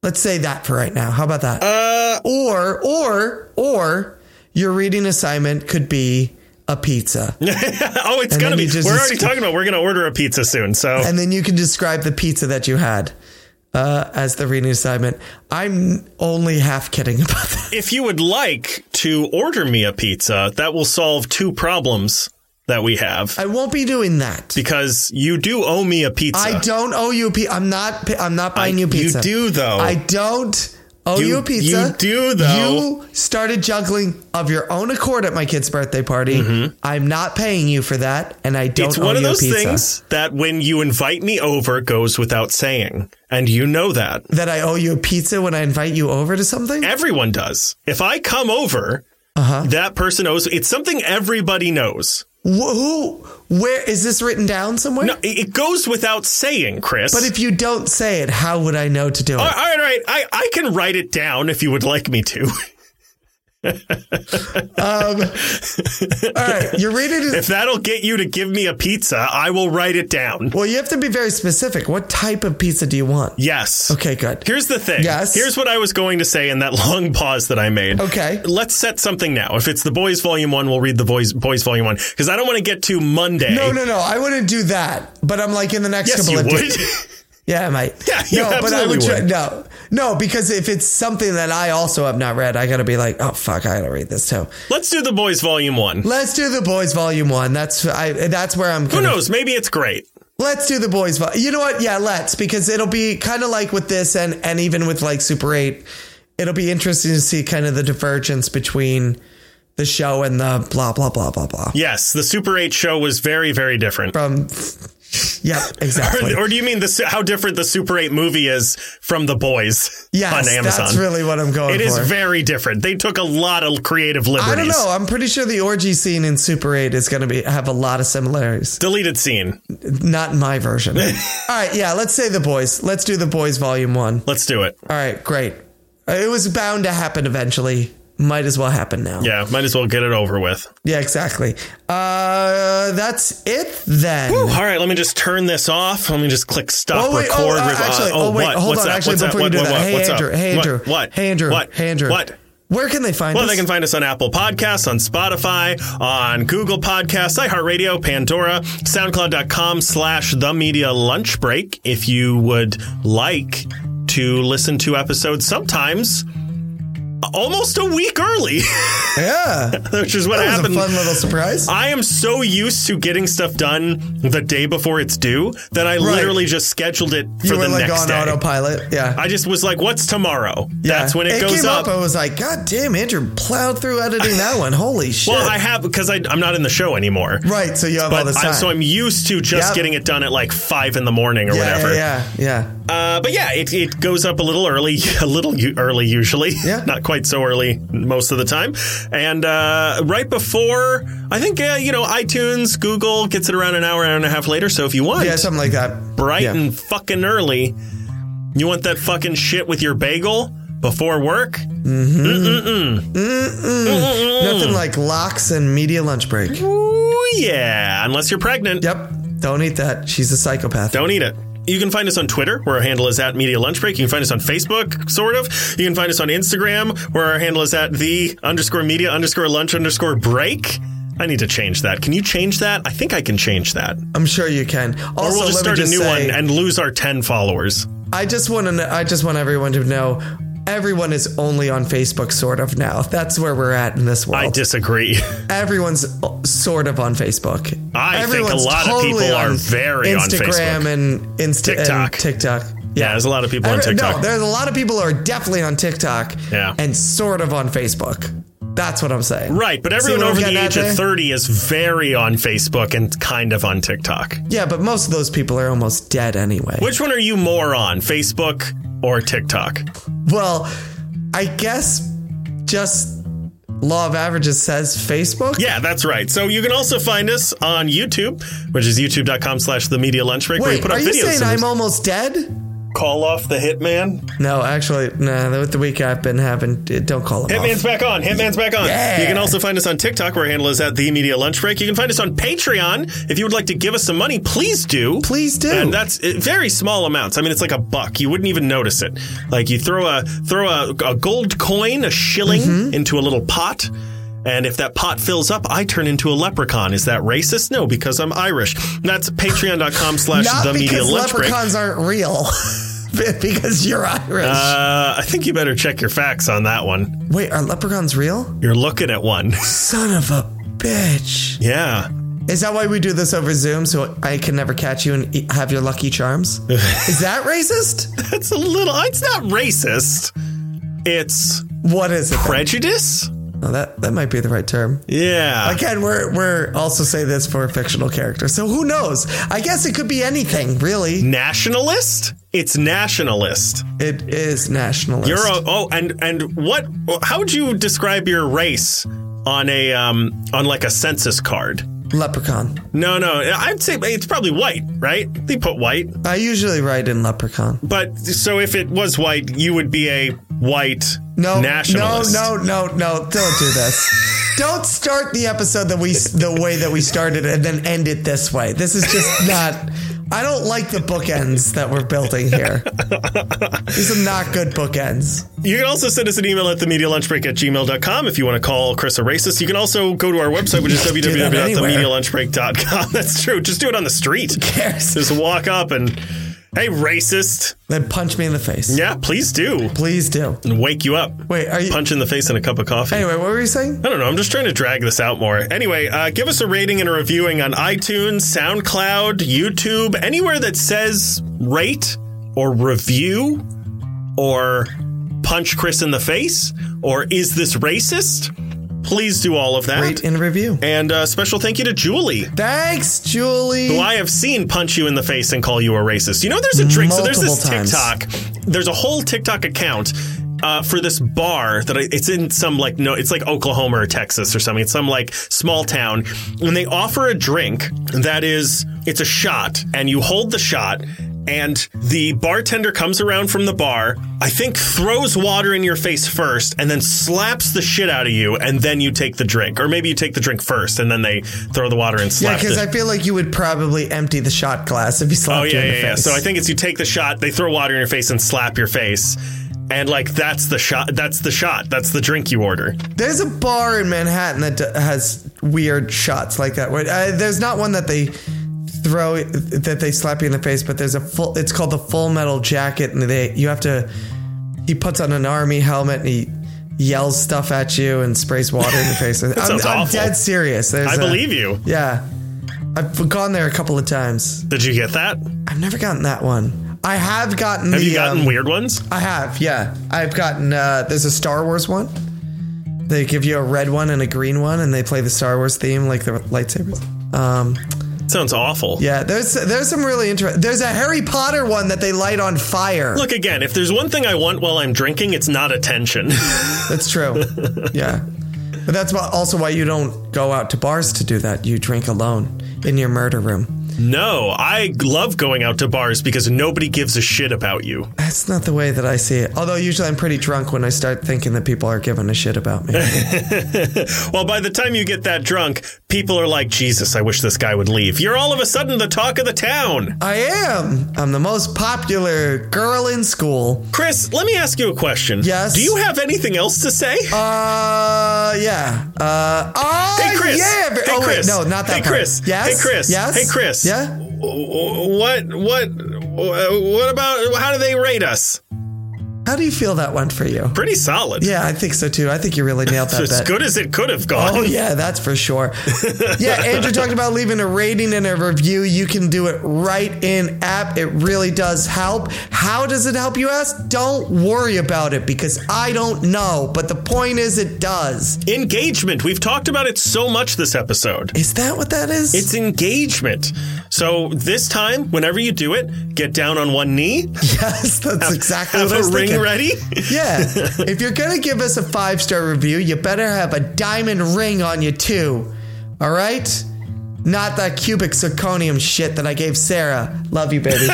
Speaker 2: Let's say that for right now. How about that?
Speaker 1: Uh,
Speaker 2: or, or, or your reading assignment could be a pizza.
Speaker 1: oh, it's gonna
Speaker 2: then
Speaker 1: be.
Speaker 2: you just-
Speaker 1: We're already talking about we're gonna order a pizza soon. So
Speaker 2: and then you can describe the pizza that you had uh, as the reading assignment. I'm only half kidding about that.
Speaker 1: if you would like to order me a pizza, that will solve two problems that we have
Speaker 2: I won't be doing that.
Speaker 1: because you do owe me a pizza.
Speaker 2: I don't owe you a pizza. I'm not. pi- I'm not buying you pizza.
Speaker 1: You do though.
Speaker 2: I don't owe you,
Speaker 1: You-
Speaker 2: a pizza.
Speaker 1: you do, though.
Speaker 2: You started juggling of your own accord at my kid's birthday party. I'm not paying you for that, and I
Speaker 1: Mm-hmm.
Speaker 2: don't.
Speaker 1: it's
Speaker 2: owe
Speaker 1: one of
Speaker 2: you a
Speaker 1: those
Speaker 2: pizza.
Speaker 1: things that when you invite me over goes without saying, and you know that.
Speaker 2: that I owe you a pizza when I invite you over to something.
Speaker 1: Everyone does. If I come over,
Speaker 2: Uh-huh.
Speaker 1: that person owes. It's something everybody knows.
Speaker 2: Wh- who? Where is this written down somewhere?
Speaker 1: No, it it goes without saying, Chris.
Speaker 2: But if you don't say it, how would I know to do it?
Speaker 1: all right, all right, I, I can write it down if you would like me to.
Speaker 2: All right, your reading is.
Speaker 1: if that'll get you to give me a pizza, I will write it down.
Speaker 2: Well, you have to be very specific. What type of pizza do you want?
Speaker 1: Yes.
Speaker 2: Okay, good.
Speaker 1: Here's the thing.
Speaker 2: Yes.
Speaker 1: Here's what I was going to say in that long pause that I made.
Speaker 2: Okay.
Speaker 1: Let's set something now. If it's the boys volume one, we'll read the boys boys volume one because I don't want to get to Monday.
Speaker 2: No, no, no. I wouldn't do that. But I'm like in the next
Speaker 1: Yes,
Speaker 2: couple
Speaker 1: you
Speaker 2: of
Speaker 1: would.
Speaker 2: days. Yeah, I might.
Speaker 1: Yeah, you
Speaker 2: no, but I
Speaker 1: absolutely
Speaker 2: would, try,
Speaker 1: would.
Speaker 2: no, no, because if it's something that I also have not read, I gotta be like, oh fuck, I gotta read this too.
Speaker 1: Let's do the boys volume one.
Speaker 2: Let's do the boys volume one. That's I. That's where I'm.
Speaker 1: Who
Speaker 2: Gonna,
Speaker 1: knows? Maybe it's great.
Speaker 2: Let's do the boys volume. You know what? Yeah, let's because it'll be kind of like with this and and even with like Super Eight, it'll be interesting to see kind of the divergence between the show and the blah blah blah blah blah.
Speaker 1: Yes, the Super Eight show was very very different.
Speaker 2: From yeah, exactly.
Speaker 1: Or do you mean the su- how different the Super 8 movie is from The Boys
Speaker 2: Yes,
Speaker 1: on Amazon?
Speaker 2: that's really what I'm going
Speaker 1: it
Speaker 2: for.
Speaker 1: is very different. They took a lot of creative liberties.
Speaker 2: I don't know. I'm pretty sure the orgy scene in Super 8 is going to be have a lot of similarities.
Speaker 1: Deleted scene.
Speaker 2: Not in my version. All right, yeah, let's say the boys. Let's do the boys volume 1.
Speaker 1: Let's do it.
Speaker 2: All right, great. It was bound to happen eventually. Might as well happen now.
Speaker 1: Yeah, might as well get it over with.
Speaker 2: Yeah, exactly. Uh, that's it then.
Speaker 1: All right, let me just turn this off. Let me just click stop,
Speaker 2: Oh, wait,
Speaker 1: record,
Speaker 2: oh, uh,
Speaker 1: revi-
Speaker 2: actually, oh, wait,
Speaker 1: what?
Speaker 2: hold
Speaker 1: What's
Speaker 2: on.
Speaker 1: up?
Speaker 2: Actually,
Speaker 1: What's up?
Speaker 2: before you
Speaker 1: What-
Speaker 2: do
Speaker 1: what-
Speaker 2: that,
Speaker 1: what-
Speaker 2: hey,
Speaker 1: what's
Speaker 2: Andrew,
Speaker 1: up?
Speaker 2: hey,
Speaker 1: What-
Speaker 2: Andrew,
Speaker 1: What?
Speaker 2: hey, Andrew,
Speaker 1: What?
Speaker 2: hey, Andrew,
Speaker 1: What?
Speaker 2: Where can they find
Speaker 1: Well,
Speaker 2: us?
Speaker 1: they can find us on Apple Podcasts, on Spotify, on Google Podcasts, iHeartRadio, Pandora, SoundCloud.com slash The Media Lunch Break. If you would like to listen to episodes sometimes almost a week early,
Speaker 2: yeah,
Speaker 1: which is what
Speaker 2: that was a
Speaker 1: happened.
Speaker 2: fun little surprise.
Speaker 1: I am so used to getting stuff done the day before it's due that I literally just scheduled it for
Speaker 2: You
Speaker 1: the
Speaker 2: were like
Speaker 1: next
Speaker 2: on
Speaker 1: day.
Speaker 2: autopilot. Yeah.
Speaker 1: I just was like, what's tomorrow?
Speaker 2: Yeah.
Speaker 1: That's when it, goes
Speaker 2: came
Speaker 1: up.
Speaker 2: I was like, God damn, Andrew plowed through editing that one. Holy shit!
Speaker 1: well, I have because I, I'm not in the show anymore.
Speaker 2: right, so you have all
Speaker 1: But
Speaker 2: this
Speaker 1: I,
Speaker 2: time.
Speaker 1: so I'm used to just
Speaker 2: Yep.
Speaker 1: getting it done at like five in the morning or
Speaker 2: yeah,
Speaker 1: whatever.
Speaker 2: yeah, yeah, yeah.
Speaker 1: Uh, but yeah, it, it goes up a little early, a little u- early usually.
Speaker 2: Yeah.
Speaker 1: Not quite so early most of the time. And uh, right before, I think, uh, you know, iTunes, Google gets it around an hour, hour and a half later. So if you want,
Speaker 2: Yeah, something like that.
Speaker 1: bright
Speaker 2: Yeah.
Speaker 1: and fucking early, you want that fucking shit with your bagel before work?
Speaker 2: Nothing like locks and media lunch break.
Speaker 1: Ooh, yeah. Unless you're pregnant.
Speaker 2: Yep. Don't eat that. She's a psychopath.
Speaker 1: Don't eat it. You can find us on Twitter, where our handle is at Media Lunch Break. You can find us on Facebook, sort of. You can find us on Instagram, where our handle is at the underscore media underscore lunch underscore break. I need to change that. Can you change that? I think I can change that.
Speaker 2: I'm sure you can.
Speaker 1: Or
Speaker 2: Also,
Speaker 1: we'll just start
Speaker 2: let me just
Speaker 1: a new
Speaker 2: say,
Speaker 1: one and lose our 10 followers.
Speaker 2: I just want to. I just want everyone to know. Everyone is only on Facebook, sort of now. That's where we're at in this world.
Speaker 1: I disagree.
Speaker 2: everyone's uh, sort of on Facebook.
Speaker 1: I think a
Speaker 2: Everyone's
Speaker 1: lot of
Speaker 2: totally
Speaker 1: people are
Speaker 2: on
Speaker 1: very on
Speaker 2: Instagram
Speaker 1: Facebook.
Speaker 2: and Insta
Speaker 1: TikTok.
Speaker 2: and TikTok.
Speaker 1: Yeah, there's a lot of people on
Speaker 2: Every-
Speaker 1: TikTok.
Speaker 2: No, there's a lot of people who are definitely on TikTok
Speaker 1: Yeah.
Speaker 2: and sort of on Facebook. That's what I'm saying.
Speaker 1: Right, but everyone
Speaker 2: what I'm
Speaker 1: over the
Speaker 2: getting at
Speaker 1: age of
Speaker 2: there?
Speaker 1: 30 is very on Facebook and kind of on TikTok.
Speaker 2: Yeah, but most of those people are almost dead anyway.
Speaker 1: Which one are you more on, Facebook or TikTok?
Speaker 2: Well, I guess just law of averages says Facebook.
Speaker 1: Yeah, that's right. So you can also find us on YouTube, which is youtube.com slash the media lunch break, where we
Speaker 2: Wait,
Speaker 1: put up
Speaker 2: are you
Speaker 1: videos.
Speaker 2: saying
Speaker 1: and
Speaker 2: I'm almost dead?
Speaker 1: call off the hitman.
Speaker 2: No, actually, nah. With the week I've been having, don't call him.
Speaker 1: Hitman's
Speaker 2: Off.
Speaker 1: back on. Hitman's back on.
Speaker 2: Yeah.
Speaker 1: You can also find us on TikTok, where our handle is at the media lunch break. You can find us on Patreon. If you would like to give us some money, please do.
Speaker 2: Please do.
Speaker 1: And that's uh, very small amounts. I mean, it's like a buck. You wouldn't even notice it. Like you throw a throw a, a gold coin, a shilling,
Speaker 2: Mm-hmm.
Speaker 1: into a little pot. And if that pot fills up, I turn into a leprechaun. Is that racist? No, because I'm Irish. That's patreon.com slash
Speaker 2: Not
Speaker 1: the media
Speaker 2: because
Speaker 1: lunch break.
Speaker 2: leprechauns aren't real, because you're Irish.
Speaker 1: Uh, I think you better check your facts on that one.
Speaker 2: Wait, are leprechauns real?
Speaker 1: You're looking at one.
Speaker 2: Son of a bitch!
Speaker 1: yeah.
Speaker 2: Is that why we do this over Zoom so I can never catch you and eat, have your lucky charms? Is that racist?
Speaker 1: That's a little, it's not racist. It's
Speaker 2: What is it?
Speaker 1: prejudice?
Speaker 2: Oh, that that might be the right term.
Speaker 1: Yeah.
Speaker 2: Again, we're we're also saying this for a fictional character, so who knows? I guess it could be anything, really.
Speaker 1: nationalist? It's nationalist.
Speaker 2: It is nationalist.
Speaker 1: You're a, oh, and and what? How would you describe your race on a um on like a census card?
Speaker 2: leprechaun.
Speaker 1: No, no, I'd say it's probably white, right? They put white,
Speaker 2: I usually write in leprechaun.
Speaker 1: but so if it was white, you would be a white
Speaker 2: No,
Speaker 1: nationalist.
Speaker 2: no, no, no, no! Don't do this. don't start the episode that we the way that we started and then end it this way. This is just not. I don't like the bookends that we're building here. These are not good bookends.
Speaker 1: You can also send us an email at themedialunchbreak at gmail.com if you want to call Chris a racist. You can also go to our website, which is
Speaker 2: that
Speaker 1: www.themedialunchbreak.com. That's true. Just do it on the street.
Speaker 2: cares?
Speaker 1: Just walk up and, hey, racist.
Speaker 2: Then punch me in the face.
Speaker 1: Yeah, please do.
Speaker 2: Please do.
Speaker 1: And wake you up.
Speaker 2: Wait, are you?
Speaker 1: Punch in the face and a cup of coffee.
Speaker 2: Anyway, what were you saying?
Speaker 1: I don't know. I'm just trying to drag this out more. Anyway, uh, give us a rating and a reviewing on iTunes, SoundCloud, YouTube, anywhere that says rate or review or punch Chris in the face or is this racist? Please do all of that.
Speaker 2: Rate and review.
Speaker 1: And uh, special thank you to Julie,
Speaker 2: Thanks, Julie.
Speaker 1: who I have seen punch you in the face and call you a racist. You know, there's a drink. So there's this
Speaker 2: Multiple times.
Speaker 1: TikTok. There's a whole TikTok account. Uh, for this bar that I, it's in some like no it's like Oklahoma or Texas or something it's some like small town and they offer a drink that is it's a shot and you hold the shot and the bartender comes around from the bar I think throws water in your face first and then slaps the shit out of you and then you take the drink or maybe you take the drink first and then they throw the water and
Speaker 2: Yeah,
Speaker 1: slap
Speaker 2: because
Speaker 1: the-
Speaker 2: I feel like you would probably empty the shot glass if you slapped
Speaker 1: Oh
Speaker 2: you
Speaker 1: yeah,
Speaker 2: in the
Speaker 1: yeah, yeah.
Speaker 2: face.
Speaker 1: So I think it's you take the shot, they throw water in your face and slap your face, and like that's the shot. That's the shot. That's the drink you order.
Speaker 2: There's a bar in Manhattan that d- has weird shots like that. Where- Uh, there's not one that they throw that they slap you in the face, but there's a full. It's called the Full Metal Jacket, and they you have to. He puts on an army helmet and he yells stuff at you and sprays water in your face. I'm,
Speaker 1: sounds
Speaker 2: I'm
Speaker 1: awful.
Speaker 2: dead serious. There's
Speaker 1: I
Speaker 2: a-
Speaker 1: believe you.
Speaker 2: Yeah, I've gone there a couple of times.
Speaker 1: Did you get that?
Speaker 2: I've never gotten that one. I have gotten.
Speaker 1: Have
Speaker 2: the,
Speaker 1: you gotten
Speaker 2: um,
Speaker 1: weird ones?
Speaker 2: I have, yeah. I've gotten uh there's a Star Wars one. They give you a red one and a green one and they play the Star Wars theme like the lightsabers. Um
Speaker 1: Sounds awful.
Speaker 2: yeah, there's there's some really interesting. There's a Harry Potter one that they light on fire.
Speaker 1: Look again. If there's one thing I want while I'm drinking, it's not attention.
Speaker 2: That's true. yeah. But that's why- also why you don't go out to bars to do that. You drink alone in your murder room.
Speaker 1: no, I love going out to bars because nobody gives a shit about you.
Speaker 2: That's not the way that I see it. Although usually I'm pretty drunk when I start thinking that people are giving a shit about me.
Speaker 1: Well, by the time you get that drunk, people are like, Jesus, I wish this guy would leave. You're all of a sudden the talk of the town.
Speaker 2: I am. I'm the most popular girl in school.
Speaker 1: Chris, let me ask you a question.
Speaker 2: Yes?
Speaker 1: Do you have anything else to say?
Speaker 2: Uh, yeah. Uh, oh,
Speaker 1: hey, Chris.
Speaker 2: yeah.
Speaker 1: Hey,
Speaker 2: oh,
Speaker 1: Chris.
Speaker 2: wait, no, not that
Speaker 1: Hey,
Speaker 2: part.
Speaker 1: Chris.
Speaker 2: Yes.
Speaker 1: Hey, Chris.
Speaker 2: Yes.
Speaker 1: Hey, Chris.
Speaker 2: Yeah.
Speaker 1: W- w- What? What? w- What about? How do they rate us?
Speaker 2: How do you feel that went for you?
Speaker 1: Pretty solid.
Speaker 2: Yeah, I think so too. I think you really nailed that.
Speaker 1: As
Speaker 2: bet.
Speaker 1: good as it could have gone.
Speaker 2: Oh yeah, that's for sure. yeah, Andrew talked about leaving a rating and a review. You can do it right in app. It really does help. How does it help you ask? Don't worry about it because I don't know, but the point is it does.
Speaker 1: Engagement. We've talked about it so much this episode.
Speaker 2: Is that what that is?
Speaker 1: It's engagement. So this time, whenever you do it, get down on one knee,
Speaker 2: yes, that's exactly
Speaker 1: have
Speaker 2: what I
Speaker 1: a
Speaker 2: was
Speaker 1: ring
Speaker 2: thinking.
Speaker 1: ready.
Speaker 2: Yeah. if you're going to give us a five star review, you better have a diamond ring on you, too. All right? Not that cubic zirconium shit that I gave Sarah. Love you, baby. so,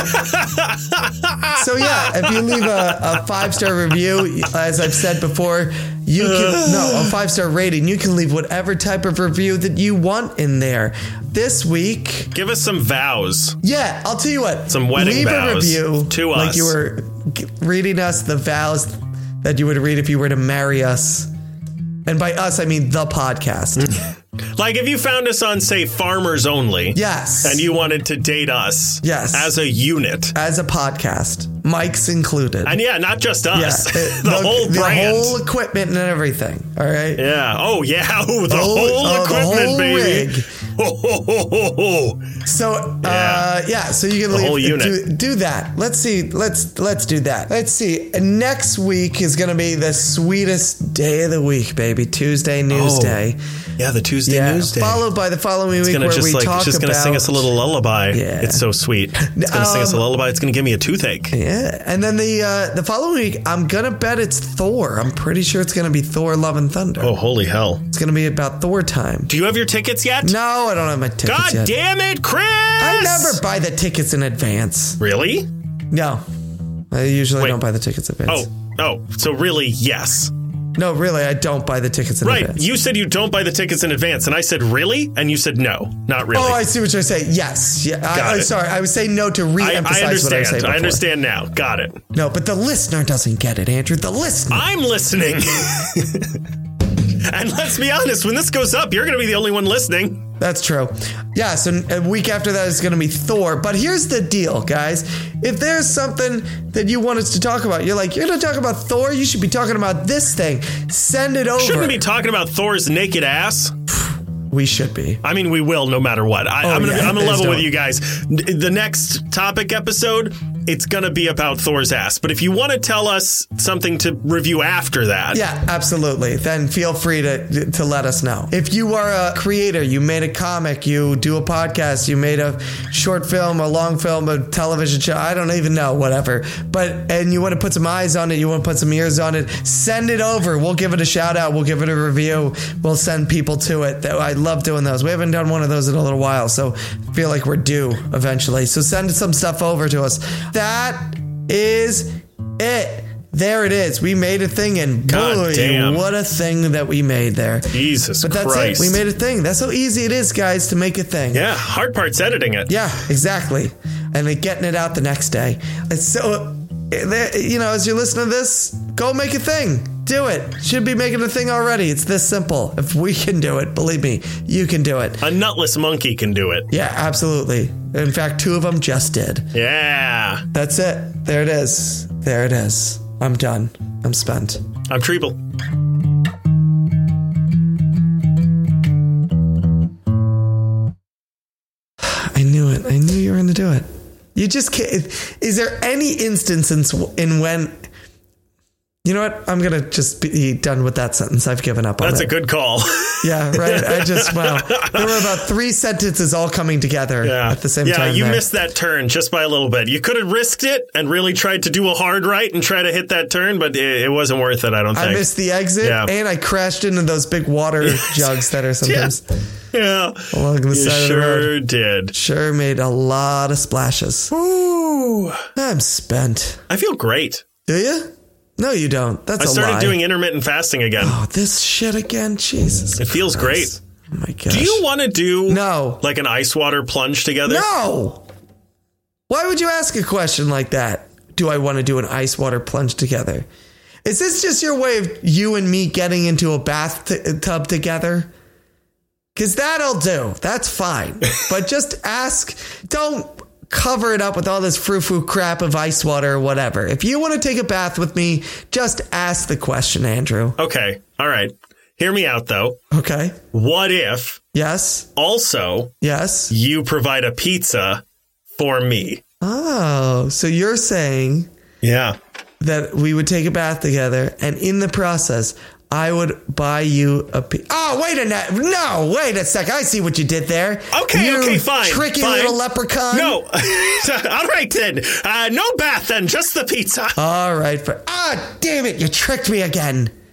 Speaker 2: yeah, if you leave a, a five star review, as I've said before, you can, no, a five star rating, you can leave whatever type of review that you want in there. This week,
Speaker 1: Give us some vows.
Speaker 2: yeah, I'll tell you what.
Speaker 1: Some wedding
Speaker 2: Leave
Speaker 1: vows
Speaker 2: a review
Speaker 1: to
Speaker 2: like
Speaker 1: us.
Speaker 2: you were g- reading us the vows that you would read if you were to marry us. And by us, I mean the podcast.
Speaker 1: Mm. Like if you found us on, say, farmers only.
Speaker 2: yes.
Speaker 1: And you wanted to date us.
Speaker 2: Yes.
Speaker 1: As a unit.
Speaker 2: as a podcast, mics included.
Speaker 1: And yeah, not just
Speaker 2: Yeah,
Speaker 1: us.
Speaker 2: it-
Speaker 1: the, whole brand.
Speaker 2: whole equipment and everything. All right.
Speaker 1: yeah. Oh yeah. Oh, the
Speaker 2: whole-
Speaker 1: whole
Speaker 2: oh, the
Speaker 1: equipment,
Speaker 2: whole
Speaker 1: baby.
Speaker 2: rig.
Speaker 1: Ho, ho, ho, ho, ho.
Speaker 2: So uh, yeah, so you can leave,
Speaker 1: whole unit.
Speaker 2: Do, do that. Let's see. Let's let's do that. Let's see. Next week is gonna be the sweetest day of the week, baby. Tuesday
Speaker 1: Oh.
Speaker 2: Newsday.
Speaker 1: Yeah, the Tuesday
Speaker 2: yeah.
Speaker 1: Newsday.
Speaker 2: Followed by the following week
Speaker 1: gonna
Speaker 2: where
Speaker 1: just
Speaker 2: we
Speaker 1: like
Speaker 2: talk
Speaker 1: it's just
Speaker 2: about.
Speaker 1: gonna sing us a little lullaby.
Speaker 2: Yeah.
Speaker 1: It's so sweet. It's gonna sing us a
Speaker 2: Um,
Speaker 1: lullaby. It's gonna give me a toothache.
Speaker 2: Yeah, and then the uh, the following week, I'm gonna bet it's Thor. I'm pretty sure it's gonna be Thor: Love and Thunder.
Speaker 1: Oh holy hell!
Speaker 2: It's gonna be about Thor time.
Speaker 1: Do you have your tickets yet?
Speaker 2: No, I don't have my tickets
Speaker 1: God
Speaker 2: yet.
Speaker 1: damn it, Chris!
Speaker 2: I never buy the tickets in advance.
Speaker 1: Really?
Speaker 2: No, I usually
Speaker 1: Wait.
Speaker 2: don't buy the tickets in advance.
Speaker 1: Oh, oh. So really, yes.
Speaker 2: No, really, I don't buy the tickets in
Speaker 1: Right.
Speaker 2: advance.
Speaker 1: You said you don't buy the tickets in advance, and I said really, and you said no, not really.
Speaker 2: Oh, I see what you're saying. Yes. Yeah.
Speaker 1: Got
Speaker 2: I, am
Speaker 1: it.
Speaker 2: sorry. I was saying no to
Speaker 1: I, I
Speaker 2: re-emphasize what I was saying
Speaker 1: understand.
Speaker 2: before.
Speaker 1: I understand now. Got it.
Speaker 2: No, but the listener doesn't get it, Andrew. The listener.
Speaker 1: I'm listening. and let's be honest, when this goes up, you're going to be the only one listening.
Speaker 2: That's true. Yeah. So a week after that is going to be Thor. But here's the deal, guys. If there's something that you want us to talk about, you're like, you're going to talk about Thor. You should be talking about this thing. Send it over.
Speaker 1: Shouldn't be talking about Thor's naked ass.
Speaker 2: we should be.
Speaker 1: I mean, we will no matter what. I, I'm going
Speaker 2: Oh,
Speaker 1: to
Speaker 2: yeah, please
Speaker 1: level with
Speaker 2: don't.
Speaker 1: you guys. N- The next topic episode, it's going to be about Thor's ass. But if you want to tell us something to review after that,
Speaker 2: Yeah, absolutely. Then feel free to to let us know. If you are a creator, you made a comic, you do a podcast, you made a short film, a long film, a television show, I don't even know, whatever. But and you want to put some eyes on it, you want to put some ears on it, send it over. We'll give it a shout out, we'll give it a review, we'll send people to it. That- I love doing those. We haven't done one of those in a little while, so I feel like we're due eventually. So send some stuff over to us. That is it. There it is. We made a thing, and
Speaker 1: God
Speaker 2: boy,
Speaker 1: damn.
Speaker 2: what a thing that we made there.
Speaker 1: Jesus
Speaker 2: But that's
Speaker 1: Christ.
Speaker 2: it. We made a thing. That's how easy it is, guys, to make a thing.
Speaker 1: yeah, hard part's editing it.
Speaker 2: Yeah, exactly. And then getting it out the next day. It's so, eh, there- you know, as you listen to this, go make a thing. Do it. Should be making a thing already. It's this simple. If we can do it, believe me, you can do it.
Speaker 1: A nutless monkey can do it.
Speaker 2: Yeah, absolutely. In fact, two of them just did.
Speaker 1: Yeah.
Speaker 2: That's it. There it is. There it is. I'm done. I'm spent.
Speaker 1: I'm Treble.
Speaker 2: I knew it. I knew you were going to do it. You just can't. Is there any instance in, in when? You know what? I'm going to just be done with that sentence. I've given up on
Speaker 1: That's
Speaker 2: it.
Speaker 1: a good call.
Speaker 2: yeah, right. I just wow. There were about three sentences all coming together
Speaker 1: Yeah.
Speaker 2: at the same
Speaker 1: yeah,
Speaker 2: time.
Speaker 1: you
Speaker 2: there.
Speaker 1: missed that turn just by a little bit. You could have risked it and really tried to do a hard right and try to hit that turn, but it, it wasn't worth it, I don't think.
Speaker 2: I missed the exit,
Speaker 1: Yeah.
Speaker 2: and I crashed into those big water jugs that are sometimes
Speaker 1: yeah.
Speaker 2: along the
Speaker 1: You
Speaker 2: side of the road.
Speaker 1: sure did.
Speaker 2: Sure, made a lot of splashes.
Speaker 1: Ooh.
Speaker 2: I'm spent.
Speaker 1: I feel great.
Speaker 2: Do you? No, you don't. That's
Speaker 1: I
Speaker 2: a
Speaker 1: started
Speaker 2: lie.
Speaker 1: doing intermittent fasting again.
Speaker 2: oh, this shit again. Jesus,
Speaker 1: It feels
Speaker 2: Christ.
Speaker 1: great.
Speaker 2: Oh my gosh.
Speaker 1: Do you want to do
Speaker 2: No.
Speaker 1: like an ice water plunge together?
Speaker 2: No. Why would you ask a question like that? Do I want to do an ice water plunge together? Is this just your way of you and me getting into a bathtub together? Because that'll do. That's fine. but just ask. Don't cover it up with all this frou-frou crap of ice water or whatever. If you want to take a bath with me, just ask the question, Andrew.
Speaker 1: Okay. All right. Hear me out though.
Speaker 2: Okay.
Speaker 1: What if
Speaker 2: Yes.
Speaker 1: also
Speaker 2: Yes.
Speaker 1: you provide a pizza for me?
Speaker 2: Oh, so you're saying
Speaker 1: Yeah.
Speaker 2: that we would take a bath together, and in the process, I would buy you a. Pe- oh, wait a minute! No, wait a sec. I see what you did there.
Speaker 1: Okay,
Speaker 2: You
Speaker 1: okay, fine,
Speaker 2: Tricky
Speaker 1: fine.
Speaker 2: little leprechaun.
Speaker 1: No. All right then. Uh, no bath then, just the pizza.
Speaker 2: All right, but ah, damn it! You tricked me again.